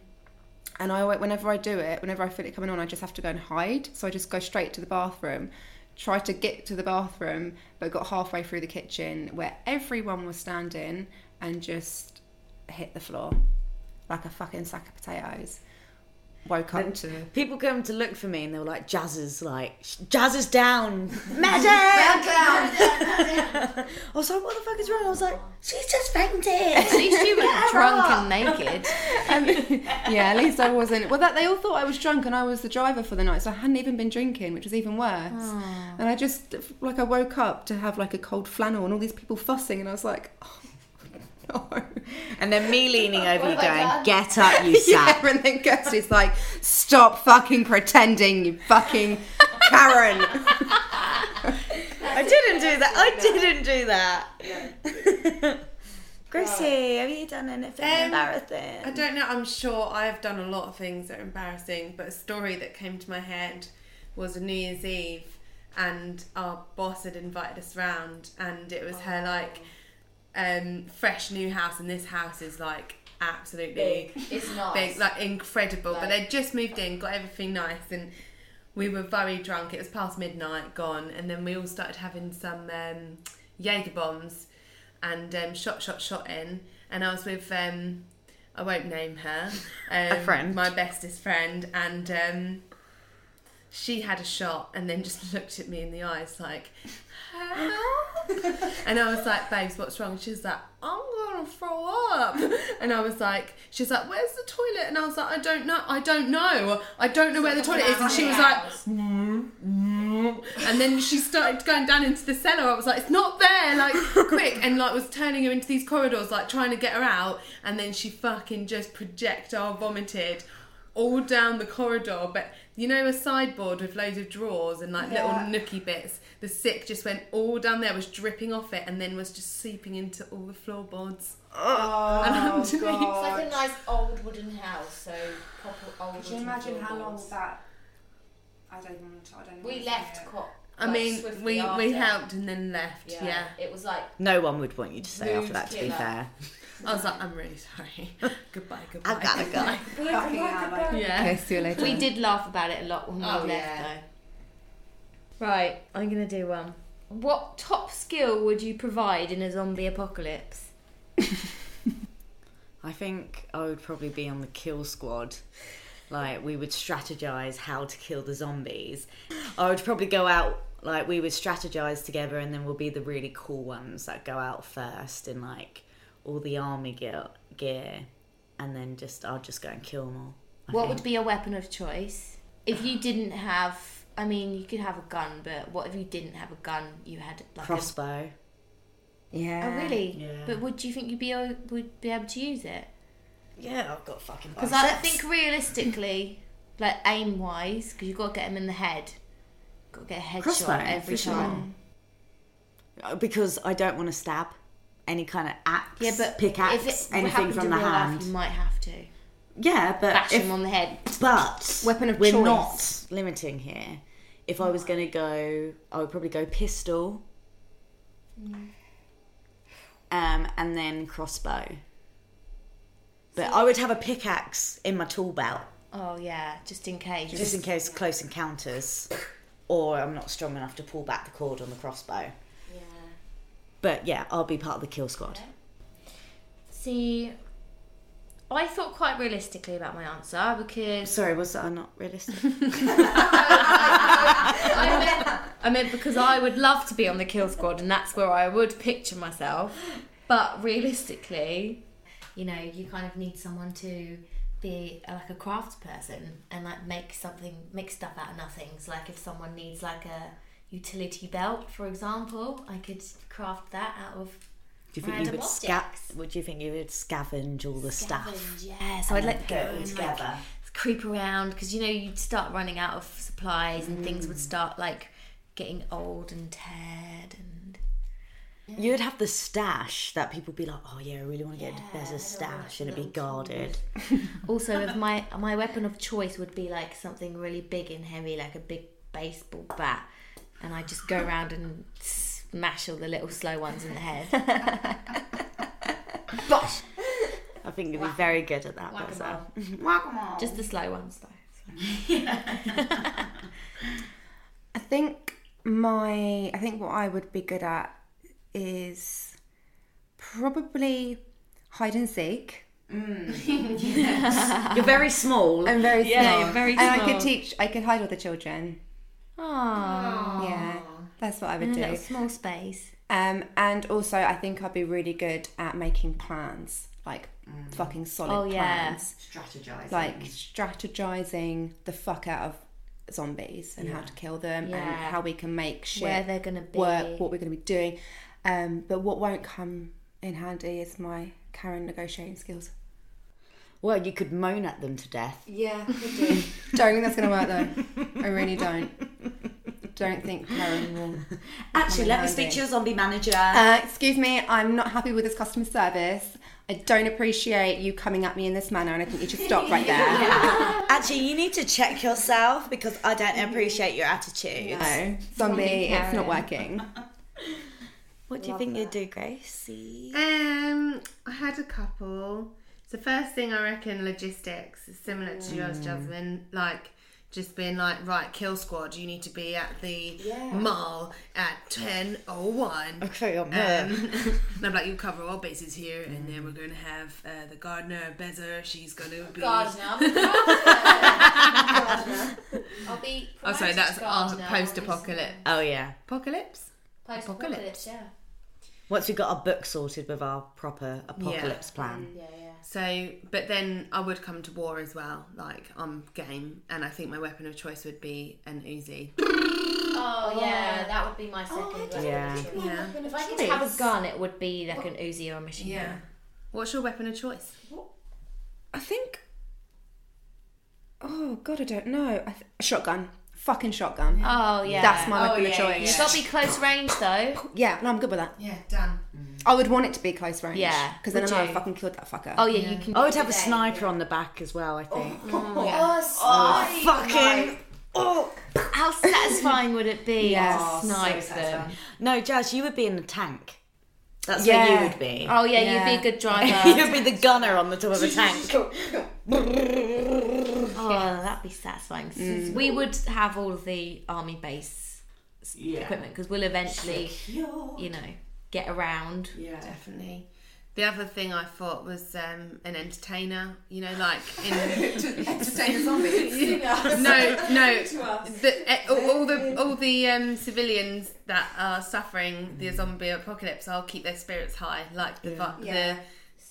S2: and I alwa- whenever I do it, whenever I feel it coming on, I just have to go and hide. So I just go straight to the bathroom, try to get to the bathroom, but got halfway through the kitchen where everyone was standing, and just hit the floor like a fucking sack of potatoes. Woke up to
S4: People come to look for me and they were like, Jazz is like, Jazz is down. Medic! I was like, what the fuck is wrong? I was like, she's just fainted.
S1: At least you were drunk and naked.
S2: yeah. At least I wasn't. Well, that they all thought I was drunk, and I was the driver for the night, so I hadn't even been drinking, which was even worse.
S6: Ah.
S2: And I just like I woke up to have like a cold flannel and all these people fussing, and I was like, oh no.
S4: And then me leaning over you going, get up, you
S2: Yeah,
S4: sap.
S2: and then Kirsty's like, stop fucking pretending, you fucking Karen.
S4: I didn't do that. I didn't do that. Gracie, have you done anything
S5: Um,
S4: embarrassing?
S5: I don't know. I'm sure I've done a lot of things that are embarrassing, but a story that came to my head was New Year's Eve, and our boss had invited us round, and it was her like um, fresh new house, and this house is like absolutely big,
S6: It's not.
S5: like incredible. but they'd just moved in, got everything nice, and we were very drunk. It was past midnight, gone, and then we all started having some um, Jaeger bombs and um, shot, shot, shot in. And I was with, um, I won't name her, um,
S4: friend.
S5: my bestest friend, and um, she had a shot and then just looked at me in the eyes like, "Help?" and I was like, babes, what's wrong? She was like, I'm gonna throw up. And I was like, she's like, where's the toilet? And I was like, I don't know, I don't know, I don't know where the toilet is. And she was like, and then she started going down into the cellar. I was like, it's not there, like, quick. And like, was turning her into these corridors, like, trying to get her out. And then she fucking just projectile vomited all down the corridor. But you know, a sideboard with loads of drawers and like little nookie bits. The sick just went all down there, was dripping off it, and then was just seeping into all the floorboards. Oh, and I'm doing
S6: It's like a nice old wooden house, so proper old. wooden floorboards.
S2: that? I don't even. I don't.
S6: we left? Cop.
S5: I mean, we, we helped and then left.
S6: Yeah.
S5: yeah.
S6: It was like
S4: No one would want you to say after
S6: Mood
S4: that, to be
S6: killer.
S4: fair.
S5: I was like, I'm really sorry. goodbye, goodbye.
S4: I've got to go.
S5: Yeah.
S2: Okay, see you later.
S1: We did laugh about it a lot when we
S5: Oh,
S1: left,
S5: yeah.
S1: though. Right, I'm gonna do one. What top skill would you provide in a zombie apocalypse?
S4: I think I would probably be on the kill squad. Like we would strategize how to kill the zombies. I would probably go out like we would strategize together and then we'll be the really cool ones that go out first in like all the army gear, gear and then just I'll just go and kill them all. I
S1: What
S4: think.
S1: would be a weapon of choice if you didn't have? I mean, you could have a gun, but what if you didn't have a gun? You had like a
S4: crossbow?
S1: oh,
S2: Yeah.
S1: really?
S4: Yeah.
S1: But would you think you'd be a- would be able to use it?
S4: yeah, I've got fucking
S1: Because I think realistically, like aim wise, because you've got to get him in the head. Got to get a
S4: Crossbow,
S1: headshot every
S4: for sure.
S1: time.
S4: Uh, because I don't want to stab any kind of axe,
S1: Yeah, but
S4: pickaxe,
S1: if it
S4: anything
S1: happened
S4: from
S1: in
S4: the
S1: real
S4: hand.
S1: life, you might have to
S4: yeah, but
S1: bash
S4: if-
S1: him on the head.
S4: but
S2: Weapon of
S4: we're
S2: choice.
S4: not limiting here. If I was going to go, I would probably go pistol, um, and then crossbow. But I would have a pickaxe in my tool belt
S1: Oh yeah, just in case.
S4: just in case close encounters, or I'm not strong enough to pull back the cord on the crossbow.
S6: Yeah.
S4: But yeah, I'll be part of the kill squad.
S1: See, I thought quite realistically about my answer because
S4: Sorry, was that not realistic?
S1: I meant, I meant because I would love to be on the kill squad and that's where I would picture myself. But realistically, you know, you kind of need someone to be uh, like a crafts person and like make something, make stuff out of nothing. So like if someone needs like a utility belt, for example, I could craft that out of
S4: Do you think you
S1: Random
S4: would sca-
S1: objects.
S4: Would you think you would scavenge all the stuff?
S1: scavenge, Yeah, so I'd
S4: And
S1: let
S4: then
S1: go
S4: put it
S1: and like,
S4: together.
S1: creep around because you know you'd start running out of supplies and things would start like getting old and teared and
S4: You'd have the stash that people would be like, "Oh yeah, I really want to get into Bez's stash," and it'd be guarded.
S1: also if my my weapon of choice would be like something really big and heavy like a big baseball bat and I just go around and smash all the little slow ones in the head.
S4: I think you'd be very good at that. Bez.
S1: just the slow ones though.
S2: I think my I think what I would be good at is probably hide and seek.
S1: Mm.
S4: You're very small.
S2: I'm very yeah, small.
S1: you're very
S2: And I
S1: small.
S2: could teach. I could hide all the children.
S1: Aww.
S2: Yeah, that's what I
S1: In
S2: would
S1: a little
S2: do.
S1: small space.
S2: Um, and also, I think I'd be really good at making plans, like fucking solid
S1: Oh, yeah.
S2: plans, strategizing, like strategizing the fuck out of zombies and how to kill them and
S1: Yeah.
S2: how we can make shit
S1: Where they're gonna be.
S2: work, what we're going to be doing. Um, but what won't come in handy is my Karen negotiating skills.
S4: Well, you could moan at them to death.
S2: Yeah, don't think that's going to work though. I really don't. Don't think Karen will.
S4: Actually, let me
S2: handy.
S4: speak to your zombie manager.
S2: Uh, excuse me, I'm not happy with this customer service. I don't appreciate you coming at me in this manner, and I think you should stop right there.
S4: Actually, you need to check yourself because I don't appreciate your attitude.
S2: No, zombie, it's not working.
S4: What do you think you'd do, Gracie?
S5: Um, I had a couple. So first thing I reckon logistics is similar to yours,
S6: Mm.
S5: Jasmine. Like just being like, right, kill squad, you need to be at the mall at ten oh one.
S4: Okay, I'm
S5: Um,
S4: there.
S5: and I'm like, you cover all bases here, and then we're gonna have uh, the gardener Bezer. She's gonna be.
S6: Gardener. I'm a gardener. Gardener. I'll be.
S5: Oh, sorry,
S6: promoted
S5: that's
S6: to gardener.
S5: our post-apocalypse.
S4: Oh yeah.
S5: Apocalypse.
S6: Post apocalypse. Yeah.
S4: Once we got our book sorted with our proper apocalypse plan.
S6: Yeah. Yeah.
S5: So, but then I would come to war as well. Like I'm game, and I think my weapon of choice would be an Uzi.
S6: Oh yeah, that would be
S1: Oh,
S6: my second. one.
S4: Yeah.
S5: Yeah.
S6: If I could
S1: To have a gun, it would be like an Uzi or a machine gun.
S5: What's your weapon of choice?
S2: I think. Oh God, I don't know. I th- shotgun, fucking shotgun.
S1: Oh yeah,
S2: That's my weapon of
S6: yeah,
S2: choice.
S1: It's got to be close range though.
S2: Yeah, no, I'm good with that.
S5: Yeah, done.
S2: I would want it to be close range.
S1: Yeah,
S2: because then I
S1: would
S2: know I
S1: you?
S2: fucking killed that fucker.
S1: Oh yeah, you can.
S4: I would have a sniper on the back as well, I think.
S6: Oh,
S4: Fucking
S1: How satisfying would it be
S2: Yes.
S1: to snipe them?
S4: No, Jazz, you would be in a tank. That's where
S2: Yeah.
S4: you would be.
S1: Oh yeah, you'd be a good driver.
S4: You'd be the gunner on the top of a tank.
S1: oh, that'd be satisfying. Since We would have all of the army base s- equipment because we'll eventually, you know, get around.
S5: Definitely. The other thing I thought was um, an entertainer, you know, like in
S2: entertain zombies.
S5: no, no, the, eh, all all the all the um, civilians that are suffering
S6: Mm.
S5: the zombie apocalypse, I'll keep their spirits high, like the vi-
S2: Yeah.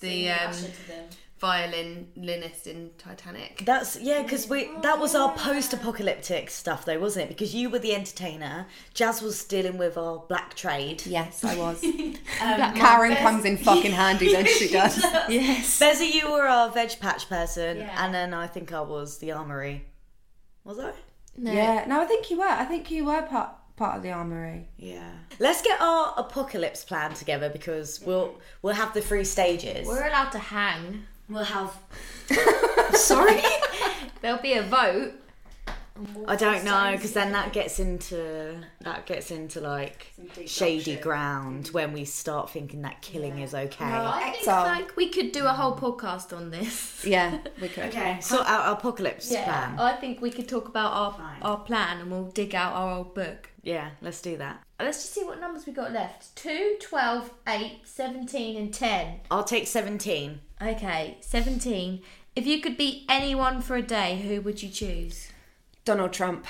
S5: the the um,
S6: to them.
S5: violinist in Titanic.
S4: That's yeah, because we that was our post-apocalyptic stuff though, wasn't it? Because you were the entertainer, Jazz was dealing with our black trade.
S2: Yes, I was.
S1: Um,
S2: Karen comes in fucking handy, then she does.
S4: Yes. Bezzy, you were our veg patch person,
S6: Yeah.
S4: and then I think I was the armory. Was I?
S1: No.
S2: Yeah, no, I think you were. I think you were part part of the armory.
S4: Yeah. Let's get our apocalypse plan together because we'll we'll have the three stages.
S1: We're allowed to hang.
S4: We'll have. Sorry.
S1: There'll be a vote.
S4: I don't know because then that gets into that gets into like shady ground when we start thinking that killing is okay.
S1: I think
S2: Exile.
S1: like we could do a whole podcast on this.
S2: Yeah, we could.
S4: Okay. Sort out our apocalypse plan.
S1: I think we could talk about our our plan and we'll dig out our old book.
S4: Yeah, let's do that.
S1: Let's just see what numbers we got left. 2, 12, 8, 17 and 10.
S4: I'll take 17.
S1: Okay, 17. If you could be anyone for a day, who would you choose?
S2: Donald Trump.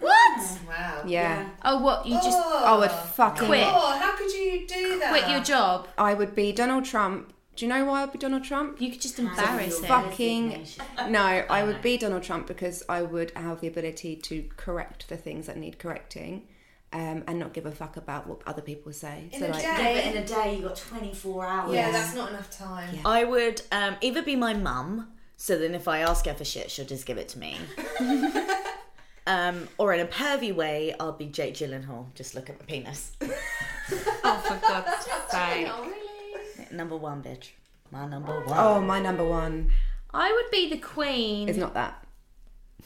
S1: What?
S6: Wow.
S2: Yeah.
S1: Oh, what? You just
S2: I would fucking.
S1: Quit.
S6: Oh, how could you do that?
S1: quit your job.
S2: I would be Donald Trump. Do you know why I'd be Donald Trump?
S1: You could just embarrass him.
S2: Fucking no, I would be Donald Trump because I would have the ability to correct the things that need correcting, um, and not give a fuck about what other people say.
S6: In a day.
S4: a day, you got 24 hours.
S6: Yeah, that's not enough time.
S4: I would um, either be my mum, so then if I ask her for shit, she'll just give it to me. um, or in a pervy way, I'll be Jake Gyllenhaal. Just look at my penis.
S5: Oh, for God's sake.
S4: number one, bitch. My number one.
S2: oh, my number one
S1: I would be the queen.
S2: is not that.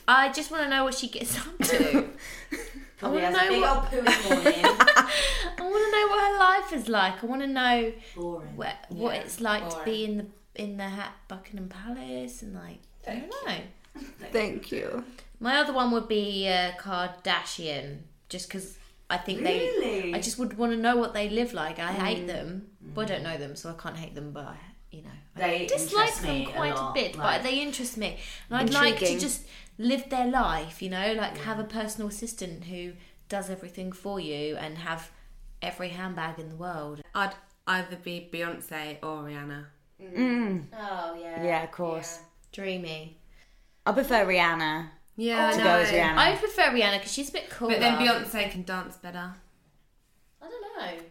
S1: I just want to know what she gets up to. I want to
S4: has a
S1: know
S4: big
S1: what
S4: old poo in the morning.
S1: I want to know what her life is like. I want to know
S4: Boring.
S1: where, what it's like to be in the in the ha- Buckingham Palace and like I don't know.
S2: Thank you.
S1: My other one would be uh, Kardashian, just because I think they. I just would want to know what they live like. I
S4: Mm.
S1: hate them, but I don't know them, so I can't hate them. But I, you know,
S4: They
S1: I dislike
S4: interest me
S1: them
S4: a
S1: quite a,
S4: lot,
S1: bit,
S4: like-
S1: but they interest me, and I'd like to
S4: Intriguing.
S1: just live their life. You know, like have a personal assistant who does everything for you and have every handbag in the world.
S5: I'd either be Beyonce or Rihanna.
S6: Oh, yeah.
S4: Yeah, of course.
S1: Dreamy.
S4: I prefer Rihanna
S5: Yeah,
S4: to
S5: I
S4: go as
S5: know.
S4: Rihanna.
S1: I prefer Rihanna because she's a bit cool.
S5: But then Beyonce can dance better.
S1: I don't know.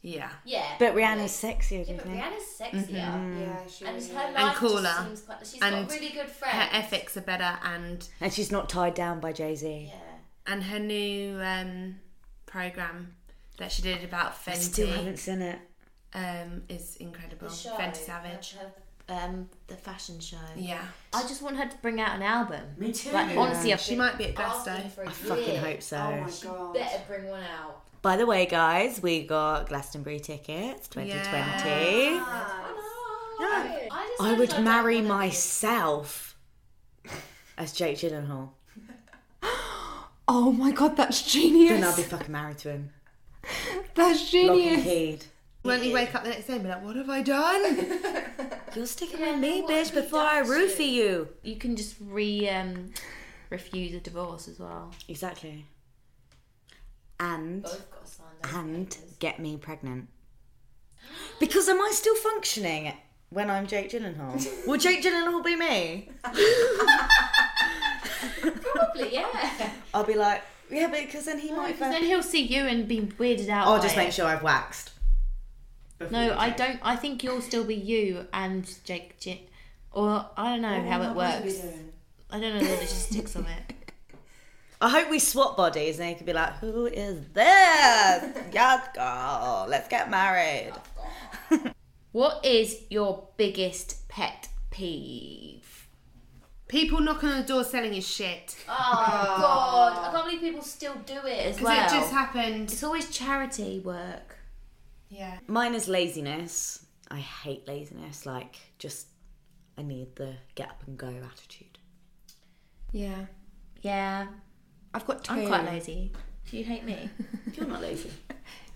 S5: Yeah.
S1: Yeah.
S4: but Rihanna's sexier, do you
S1: But
S4: think?
S1: Rihanna's sexier.
S2: Yeah, she
S1: And her life
S5: Mm-hmm. And cooler.
S1: Just seems quite, she's
S5: And
S1: got really good
S5: Her
S1: friends.
S5: ethics are better and
S4: And she's not tied down by Jay Z.
S1: yeah.
S5: and her new um, program that she did about
S4: Still
S5: Fenty
S4: haven't seen it.
S5: um, is incredible. Fenty Savage.
S1: Um, the fashion show.
S5: Yeah,
S1: I just want her to bring out an album.
S4: Me too.
S1: Like honestly, I've
S5: she
S1: been
S5: might be at
S1: asking
S5: Glasgow.
S1: for a
S4: I fucking
S1: year.
S4: hope so.
S1: She better bring one out.
S4: By the way, guys, we got Glastonbury tickets 2020.
S1: Uh, I, just
S4: I
S1: feel
S4: would
S1: like
S4: marry
S1: wanna-
S4: myself as Jake Gyllenhaal.
S2: Oh my god, that's
S4: Then I'll
S2: genius.
S4: be fucking married to him.
S2: That's
S4: Lock and
S2: genius.
S4: keyed.
S5: Won't you wake up the next day and be like, "What have I done?"
S4: You're sticking with me, bitch, before I roofie you.
S1: You can just re um, refuse a divorce as well.
S4: Exactly. And
S1: Both got to sign those
S4: and
S1: papers.
S4: get me pregnant. Because am I still functioning when I'm Jake Gyllenhaal? Will Jake Gyllenhaal be me?
S1: Probably, yeah.
S4: I'll be like, yeah, because then he might.
S1: Because then he'll see you and be weirded out.
S4: I'll
S1: by
S4: just
S1: it.
S4: make sure I've waxed.
S1: No, I don't. I think you'll still be you and Jake. J- or I don't know how it works. I don't know the logistics of it.
S4: I hope we swap bodies and they could be like, who is this? yes, girl, let's get married.
S1: What is your biggest pet peeve?
S5: People knocking on the door selling his shit
S1: Oh, God, I can't believe people still do it as
S5: because
S1: well.
S5: it just happened.
S1: it's always charity work.
S5: Yeah,
S4: Mine is laziness. I hate laziness. Like, just, I need the get up and go attitude.
S2: Yeah,
S1: Yeah,
S2: I've got two.
S1: I'm quite lazy. Do you hate me?
S4: You're not lazy.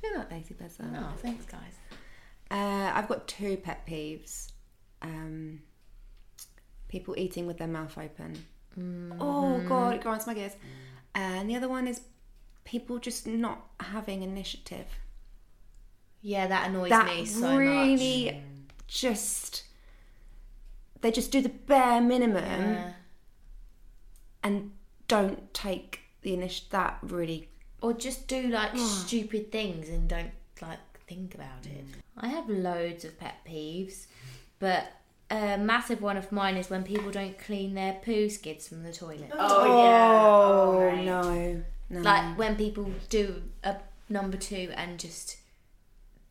S2: You're not lazy, Bessa.
S1: oh, thanks, guys.
S2: Uh, I've got two pet peeves. Um, people eating with their mouth open.
S6: Mm.
S2: Oh god, it grinds my gears. Uh, And the other one is people just not having initiative.
S1: Yeah, that annoys
S2: that
S6: Mm.
S1: me so much.
S2: really just They just do the bare minimum
S6: Yeah.
S2: and don't take the initiative. That really.
S1: Or just do like
S2: Ah.
S1: stupid things and don't like think about it.
S2: Mm.
S1: I have loads of pet peeves, but a massive one of mine is when people don't clean their poo skids from the toilet.
S6: Oh, yeah.
S2: Oh,
S6: right.
S2: no. No.
S1: Like when people do a number two and just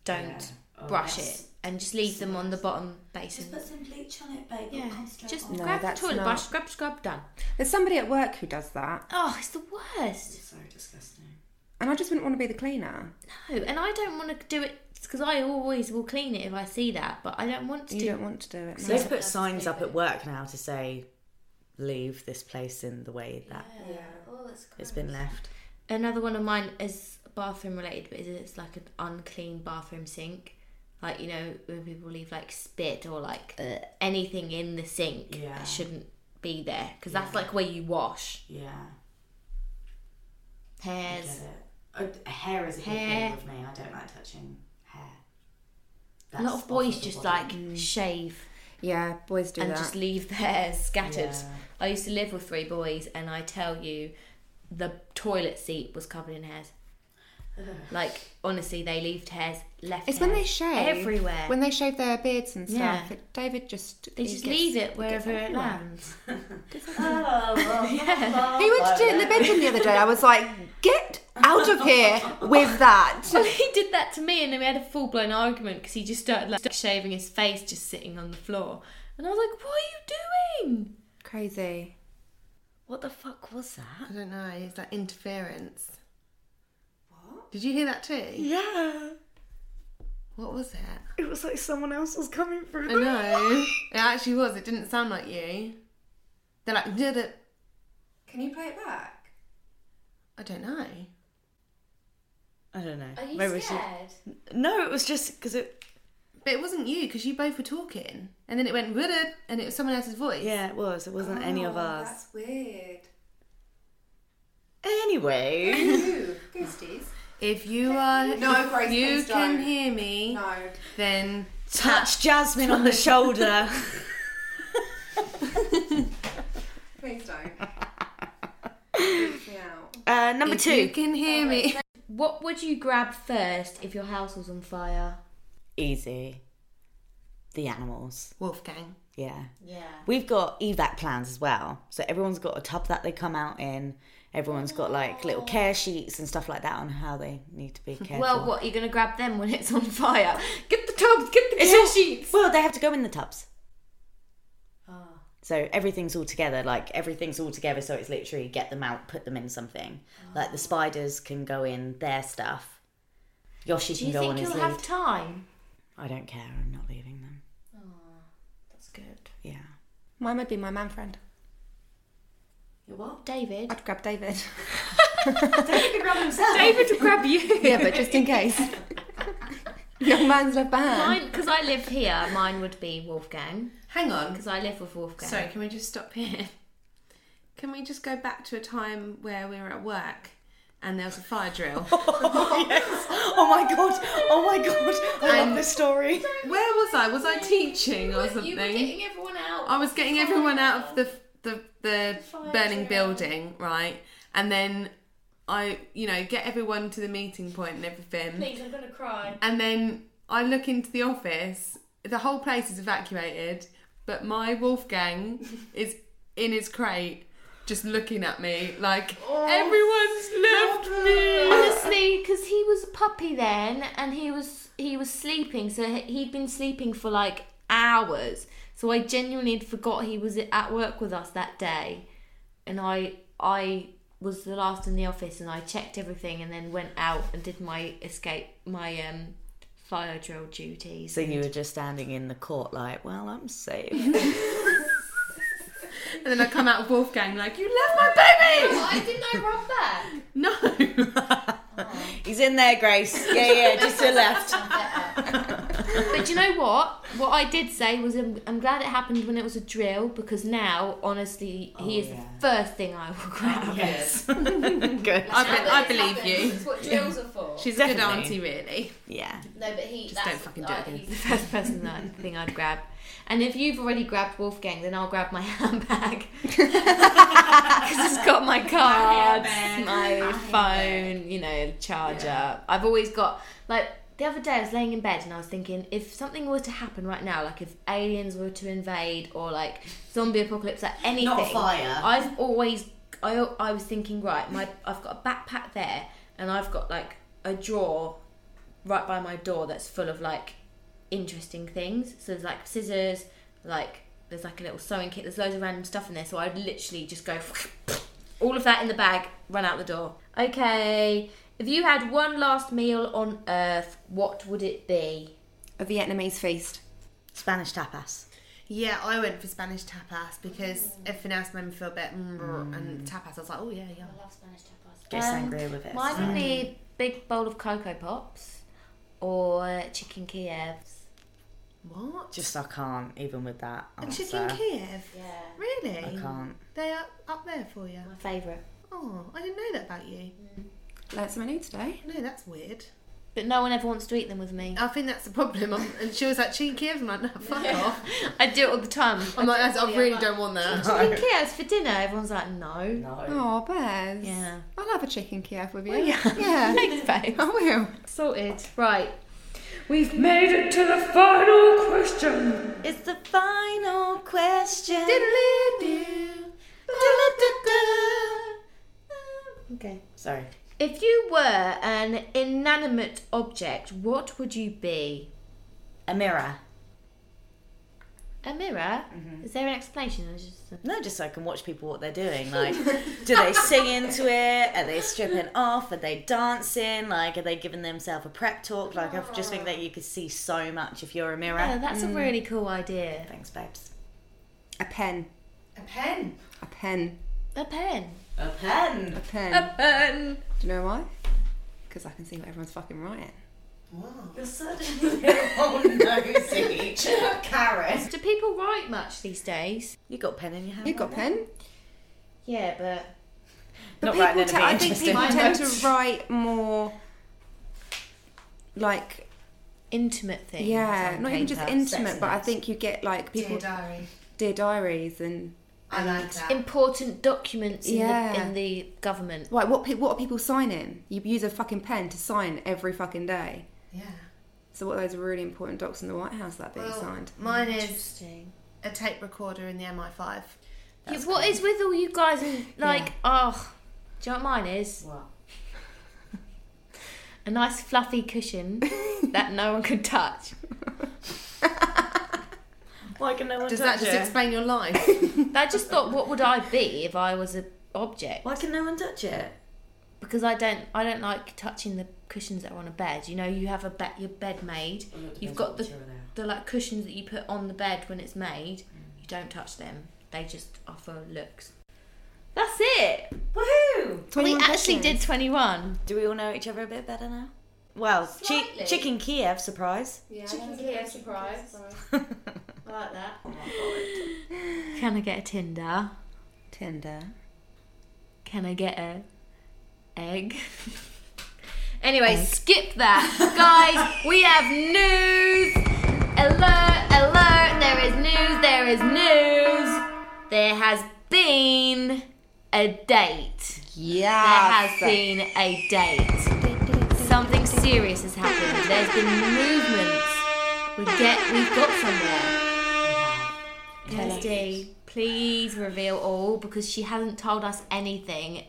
S1: don't
S2: Oh,
S1: brush it and just leave them on the bottom basin.
S8: Just put some bleach on it, babe.
S1: Yeah, just
S8: on.
S2: No,
S1: grab the
S2: that's
S1: toilet
S2: not-
S1: brush, scrub, scrub, done.
S2: There's somebody at work who does that,
S1: Oh, it's the worst.
S8: So disgusting.
S2: and I just wouldn't want to be the cleaner.
S1: No, and I don't want to do it because I always will clean it if I see that, but I don't want to.
S2: You
S1: do
S2: don't want to do it. no.
S4: They've put signs up at work now to say, leave this place in the way that
S8: Oh, that's
S4: it's been left.
S1: Another one of mine is bathroom related, but it's like an unclean bathroom sink. Like you know when people leave like spit or like uh, anything in the sink
S4: Yeah.
S1: that shouldn't be there because that's like where you wash
S4: Yeah.
S1: hairs.
S8: it. hair is a
S1: big thing Hair.
S8: with me. I don't like touching hair.
S1: A lot of boys just like shave
S2: Yeah, boys do
S1: and
S2: that.
S1: just leave their hairs scattered.
S4: Yeah.
S1: I used to live with three boys, and I tell you, the toilet seat was covered in hairs. Like honestly, they left hairs left.
S2: It's when they
S1: hairs
S2: shave
S1: everywhere.
S2: When they shave their beards and stuff,
S1: Yeah.
S2: it- David just
S1: they
S2: he
S1: just
S2: gets-
S1: leave
S2: he
S1: it
S2: gets
S1: wherever it
S2: everywhere.
S1: lands. Oh,
S2: He went to do it in the bedroom the other day. I was like, "Get out of here with that!"
S1: Well, he did that to me, and then we had a full blown argument because he just started like shaving his face, just sitting on the floor. And I was like, "What are you doing?
S2: Crazy.
S4: What the fuck was that?
S5: I don't know. Is that interference? What? Did you hear that too? Yeah. What was it?
S4: It was like someone else was coming through.
S5: I know. it actually was. It didn't sound like you. They're like, did it?
S2: Can you play it back?
S5: I don't know.
S4: I don't know.
S1: Are you
S4: Maybe we should-
S1: scared?"
S4: No, it was just because it.
S5: But it wasn't you because you both were talking, and then it went did it, and it was someone else's voice.
S4: Yeah, it was. It wasn't any of ours.
S2: weird.
S4: Anyway.
S2: Ghosties.
S5: If you are,
S2: No,
S5: if
S2: Grace,
S5: you
S2: please
S5: can
S2: don't.
S5: hear me,
S2: No.
S5: then
S4: Touch Jasmine on the shoulder.
S2: Please don't. me out.
S4: Uh, number
S5: if you
S4: two.
S5: can hear me.
S1: What would you grab first if your house was on fire?
S4: Easy. The animals.
S5: Wolfgang.
S4: Yeah.
S6: Yeah.
S4: We've got evac plans as well. So everyone's got a tub that they come out in. Everyone's got like little care sheets and stuff like that on how they need to be careful.
S1: Oh. Well, what you're gonna grab them when it's on fire? Get the tubs, get the
S4: It's
S1: care
S4: all-
S1: sheets. Ah.
S4: Well, they have to go in the tubs. So everything's all together, like everything's all together. So it's literally get them out, put them in something.
S1: Ah.
S4: Like the spiders can go in their stuff. Yoshi
S1: Do
S4: can
S1: you
S4: go on
S1: think
S4: his
S1: you'll
S4: lead.
S1: have time?
S4: I don't care. I'm not leaving them.
S1: That's good.
S4: Yeah.
S2: Mine would be my man friend.
S1: David.
S2: I'd grab David.
S1: David will grab you.
S2: yeah, but just in case. Young man's left behind.
S1: Mine, because I live here, mine would be Wolfgang.
S5: Hang on.
S1: Because I live with Wolfgang.
S5: Sorry, can we just stop here? Can we just go back to a time where we were at work and there was a fire drill?
S4: Oh my god. Oh my god. I love this story.
S5: where was I? Was I teaching or something?
S1: everyone out.
S5: I was getting everyone out of the the, the burning building, right? And then I, you know, get everyone to the meeting point and everything.
S1: I'm gonna cry.
S5: And then I look into the office. The whole place is evacuated, but my Wolfgang is in his crate, just looking at me like
S1: Oh,
S5: everyone's left me.
S1: Honestly, because he was a puppy then, and he was he was sleeping, so he- he'd been sleeping for like hours. So I genuinely had forgot he was at work with us that day, and I I was the last in the office, and I checked everything, and then went out and did my escape my um fire drill duties.
S4: So you were just standing in the court, like, well, I'm safe.
S5: And then I come out of Wolfgang like, "You left my
S1: Why didn't I run back?
S5: baby!" No.
S4: He's in there, Grace. Yeah, yeah, just to the left.
S1: But do you know what? What I did say was, I'm, I'm glad it happened when it was a drill because now, honestly, he
S8: Oh,
S1: is
S8: yeah.
S1: the first thing I will grab.
S8: Yes.
S4: Good.
S7: I, be- I believe
S6: happens.
S7: you.
S6: It's what drills are for.
S7: She's a good
S4: Definitely.
S7: auntie, really.
S4: Yeah.
S6: no, but he.
S7: Just
S6: that's,
S7: don't fucking do it
S6: like,
S7: again.
S6: he's-
S1: the first person that I think I'd grab. And if you've already grabbed Wolfgang, then I'll grab my handbag because it's got my cards, my, phone, you know, charger. I've always got like the other day I was laying in bed and I was thinking if something were to happen right now, like if aliens were to invade or like zombie apocalypse, like anything,
S8: Not a fire.
S1: I've always I I was thinking right, my I've got a backpack there and I've got like a drawer right by my door that's full of like interesting things. So there's like scissors, like there's like a little sewing kit. There's loads of random stuff in there. So I'd literally just go all of that in the bag, run out the door. Okay, if you had one last meal on Earth, what would it be?
S2: A Vietnamese feast.
S4: Spanish tapas.
S5: Yeah, I went for Spanish tapas because everything else made me feel a bit mm, brr, and tapas. I was like, oh yeah, yeah.
S6: I love Spanish tapas.
S4: Go
S1: Um,
S4: sangria with it.
S1: Mine would be big bowl of cocoa pops or chicken Kievs.
S5: What?
S4: Just I can't even with that.
S5: A
S4: Answer.
S5: chicken Kiev?
S6: Yeah.
S5: Really?
S4: I can't.
S5: They are up there for you.
S1: My favourite.
S5: Oh, I didn't know that about you.
S2: Learned something new today.
S5: No, that's weird.
S1: But no one ever wants to eat them with me.
S5: I think that's the problem. I'm, and she was like, chicken Kiev? I'm like, no, fuck off.
S1: I do it all the time.
S5: I'm like, that's, I really don't want that.
S1: Chicken Kievs for dinner. Everyone's like, no.
S4: No.
S2: Oh, Bez.
S1: Yeah.
S2: I'll have a chicken Kiev with you.
S1: Will ya?
S2: Yeah.
S1: Thanks, babe.
S2: I will.
S1: Sorted. Right.
S9: We've made it to the final question.
S4: It's the final question.
S1: Okay.
S4: Sorry.
S1: If you were an inanimate object, what would you be?
S4: A mirror.
S1: A mirror? Is there an explanation? I was just-
S4: No, just so I can watch people what they're doing. Like, do they sing into it? Are they stripping off? Are they dancing? Like, are they giving themselves a prep talk? Like, I just think that you could see so much if you're a mirror.
S1: Oh, that's a really cool idea.
S4: Thanks, babes.
S2: A pen.
S6: A pen.
S2: A pen.
S1: A pen.
S4: A pen.
S2: A pen.
S1: pen.
S2: Do you know why? Because I can see what everyone's fucking writing.
S8: You're suddenly all nosy. Karen.
S1: Do people write much these days?
S4: You got a pen in your hand?
S2: You've got a pen.
S1: Yeah, but
S2: But
S4: Not right,
S2: people
S4: that'd
S2: te- I think
S4: be interesting.
S2: people
S1: Mine
S2: tend to write more like
S1: intimate things.
S2: yeah,
S1: on
S2: not even just
S1: paper.
S2: intimate,
S1: Sex
S2: but I
S1: notes.
S2: think you get like people dear,
S6: diary.
S2: diaries and
S6: I like that.
S1: important documents in, the,
S2: Yeah.
S1: in the government.
S2: like what pe- what are people signing? You use a fucking pen to sign every fucking day.
S5: Yeah.
S2: So what are those really important docs in the White House that are being signed?
S5: Mine is
S1: Interesting.
S5: a tape recorder in the MI5.
S1: Yeah, what is with all you guys and like? Oh, do you know what mine is?
S8: What?
S1: A nice fluffy cushion that no one could touch.
S4: Why can no one
S5: Does
S4: touch
S5: that just
S4: it?
S5: explain your life?
S1: I just thought, what would I be if I was a object?
S4: Why can no one touch it?
S1: Because I don't, I don't like touching the cushions that are on a bed. You know, you have a bed, your bed made. You've got the the like cushions that you put on the bed when it's made. You don't touch them. They just offer looks. That's it.
S4: Woohoo!
S1: We
S2: 21
S1: actually
S2: questions.
S1: did twenty one.
S4: Do we all know each other a bit better now? Well, chi-
S1: Slightly.
S4: chicken Kiev surprise.
S6: Yeah, Chicken Kiev surprise. I like that.
S1: Can I get a Tinder?
S2: Tinder.
S1: Can I get a egg? anyway, skip that. Guys, we have news. Alert, alert. There is news, there is news. There has been a date. There has
S2: Yeah.
S1: been a date. Something serious has happened. There's been movements. We get we've got somewhere. Kirsty, please reveal all because she hasn't told us anything.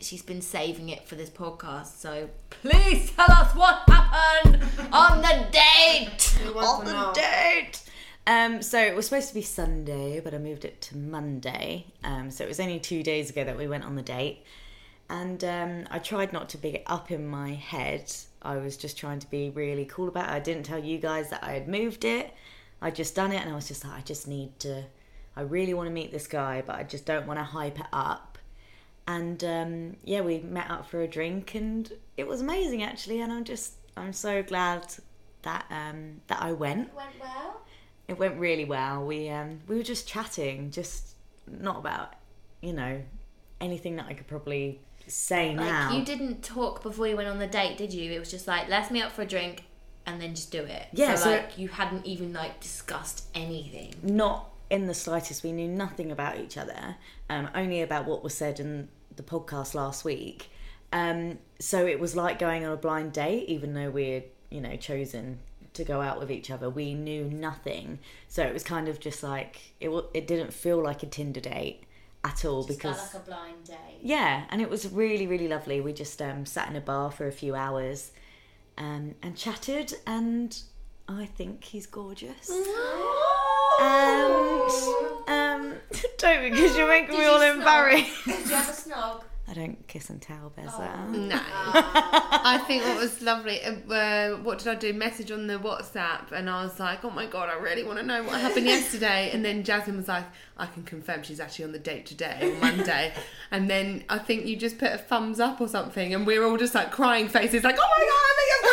S1: She's been saving it for this podcast, so please tell us what happened on the date.
S4: On the date. Um, so it was supposed to be Sunday, but I moved it to Monday. Um, so it was only two days ago that we went on the date, and um, I tried not to big it up in my head. I was just trying to be really cool about it. I didn't tell you guys that I had moved it. I just done it, and I was just like, I just need to. I really want to meet this guy, but I just don't want to hype it up. and um, yeah, we met up for a drink, and it was amazing actually. And I'm just, I'm so glad that um, that I went.
S6: Went well.
S4: It went really well. We um, we were just chatting, just not about you know anything that I could probably say
S1: Like
S4: now.
S1: you didn't talk before you went on the date, did you? It was just like, let's meet up for a drink and then just do it.
S4: Yeah,
S1: So,
S4: so-
S1: like you hadn't even like discussed anything.
S4: not in the slightest. We knew nothing about each other, um, only about what was said in the podcast last week. Um, so it was like going on a blind date, even though we had, you know, chosen to go out with each other. We knew nothing, so it was kind of just like it. wa- It didn't feel like a Tinder date at all because
S6: like a blind date.
S4: yeah, and it was really, really lovely. We just um, sat in a bar for a few hours um, and chatted, and I think he's gorgeous. And um, don't because you're making me all embarrassed.
S6: Did you have a snog?
S4: I don't kiss and tell, bears
S1: Oh.
S4: that.
S5: No. I think what was lovely, uh, uh, what did I do? Message on the WhatsApp, and I was like, oh my god, I really want to know what happened yesterday. And then Jasmine was like, I can confirm she's actually on the date today, on Monday. and then I think you just put a thumbs up or something, and we were all just like crying faces, like, oh my god,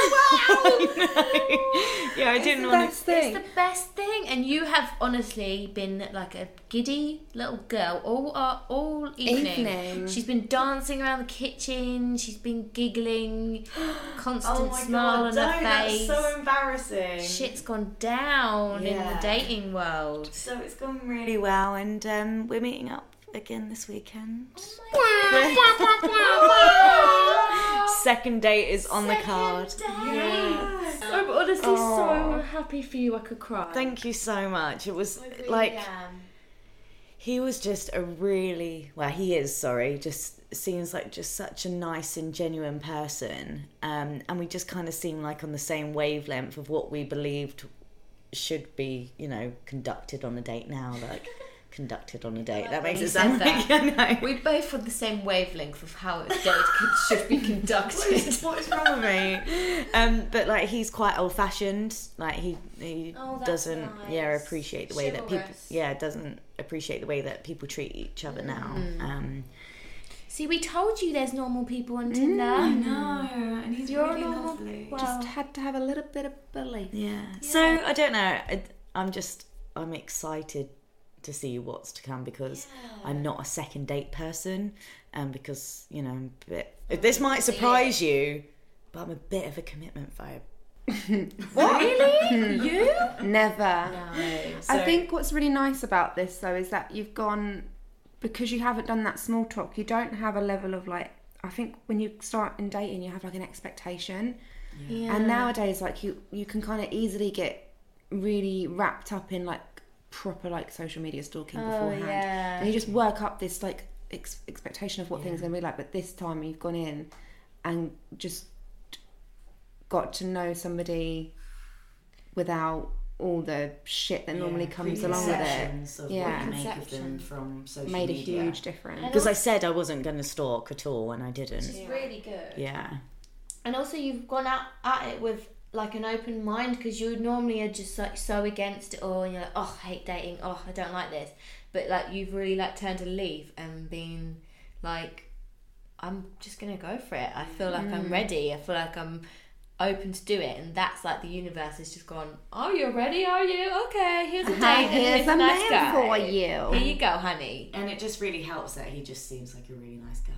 S5: I think I've done well.
S4: yeah, I didn't want to.
S1: It's the best thing, and you have honestly been like a giddy little girl all uh, all evening.
S2: Evening.
S1: She's been dancing around the kitchen. She's been giggling, constant
S8: Oh my
S1: smile
S8: god,
S1: on
S8: no,
S1: her
S8: that's
S1: face.
S8: so embarrassing.
S1: Shit's gone down in the
S8: Yeah.
S1: dating world.
S4: So it's gone really well, and um, we're meeting up again this weekend.
S1: Oh
S4: Second date is on the card.
S1: I'm honestly so happy for you. I could cry.
S4: Thank you so much. It was like he was just a really well, he is sorry. Just seems like just such a nice and genuine person, um, and we just kind of seem like on the same wavelength of what we believed should be, you know, conducted on a date now. Like conducted on a date. That makes it sound like I know.
S1: We both on the same wavelength of how a date should be conducted.
S4: What is wrong with me? Um, but like he's quite old fashioned. Like he he
S6: Oh, that's
S4: doesn't yeah
S6: nice.
S4: appreciate the way that people
S6: Chivalrous.
S4: yeah doesn't appreciate the way that people treat each other now. Um,
S1: See, we told you there's normal people on Tinder.
S8: No, Mm. and he's
S1: You're
S8: really
S1: normal.
S8: lovely.
S1: Well,
S2: Had to have a little bit of belief.
S4: yeah. So I don't know. I, I'm just I'm excited to see what's to come because I'm not a second date person. Um, because you know I'm a bit. This might surprise you, but I'm a bit of a commitment vibe.
S2: Never. I think what's really nice about this though is that you've gone because you haven't done that small talk. You don't have a level of like. I think when you start in dating, you have like an expectation, and nowadays like you you can kind of easily get really wrapped up in like proper like social media stalking beforehand,
S1: yeah.
S2: and you just work up this like ex- expectation of what things are gonna be like. But this time you've gone in and just got to know somebody without all the shit that normally comes along with it.
S4: Preconceptions of
S2: Yeah.
S4: what you make of them from social
S2: Made a
S4: media.
S2: huge difference.
S4: because I said I wasn't going to stalk at all, and I didn't.
S1: It's really good.
S4: Yeah,
S1: And also, you've gone out at it with like an open mind because you normally are just like so against it all. And you're like, oh, I hate dating. Oh, I don't like this. But like, you've really like turned a leaf and been like, I'm just gonna go for it. I feel like
S2: Mm.
S1: I'm ready. I feel like I'm open to do it. And that's like the universe has just gone. Oh, you're ready? Are you? Okay. Here's a date.
S2: Hey,
S1: and
S2: here's
S1: this
S2: a
S1: nice
S2: man
S1: guy.
S2: for
S1: Here
S2: you.
S1: you go, honey.
S4: and it just really helps that he just seems like a really nice guy.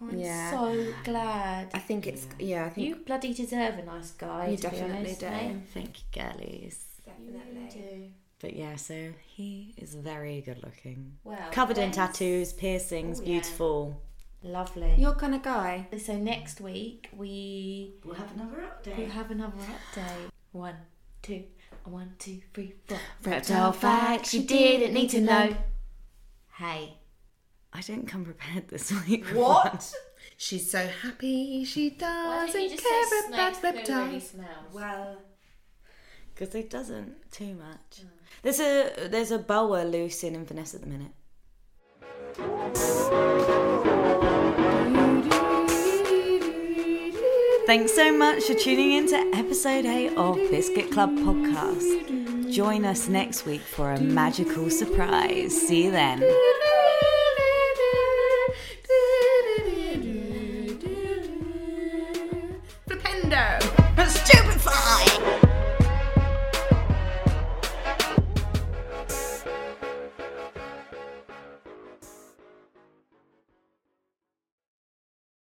S1: I'm
S2: Yeah.
S1: so glad.
S2: I think it's yeah. I think
S1: You bloody deserve a nice guy.
S2: You
S1: to be
S2: definitely
S1: honest,
S2: do.
S1: mate.
S4: Thank you, girlies. But yeah, so he is very good looking,
S1: Well,
S4: covered in
S1: thanks.
S4: tattoos, piercings,
S1: Oh, yeah.
S4: beautiful.
S1: Lovely.
S2: you're kind of guy.
S1: So next week we
S4: We'll have another
S1: we
S4: update.
S1: have another update. One, two, one, two, three, four.
S2: Reptile facts you
S1: didn't need to know. Hey.
S4: I didn't come prepared this week. for
S8: What?
S5: She's so happy she
S6: Why don't you
S5: doesn't
S6: just
S5: care about
S6: say snake poo really
S5: reptiles.
S6: smells?
S8: Well,
S4: because it doesn't too much. There's a there's a boa loose in Inverness at the minute. Thanks so much for tuning in to episode 8 of Biscuit Club Podcast. Join us next week for a magical surprise. See you then.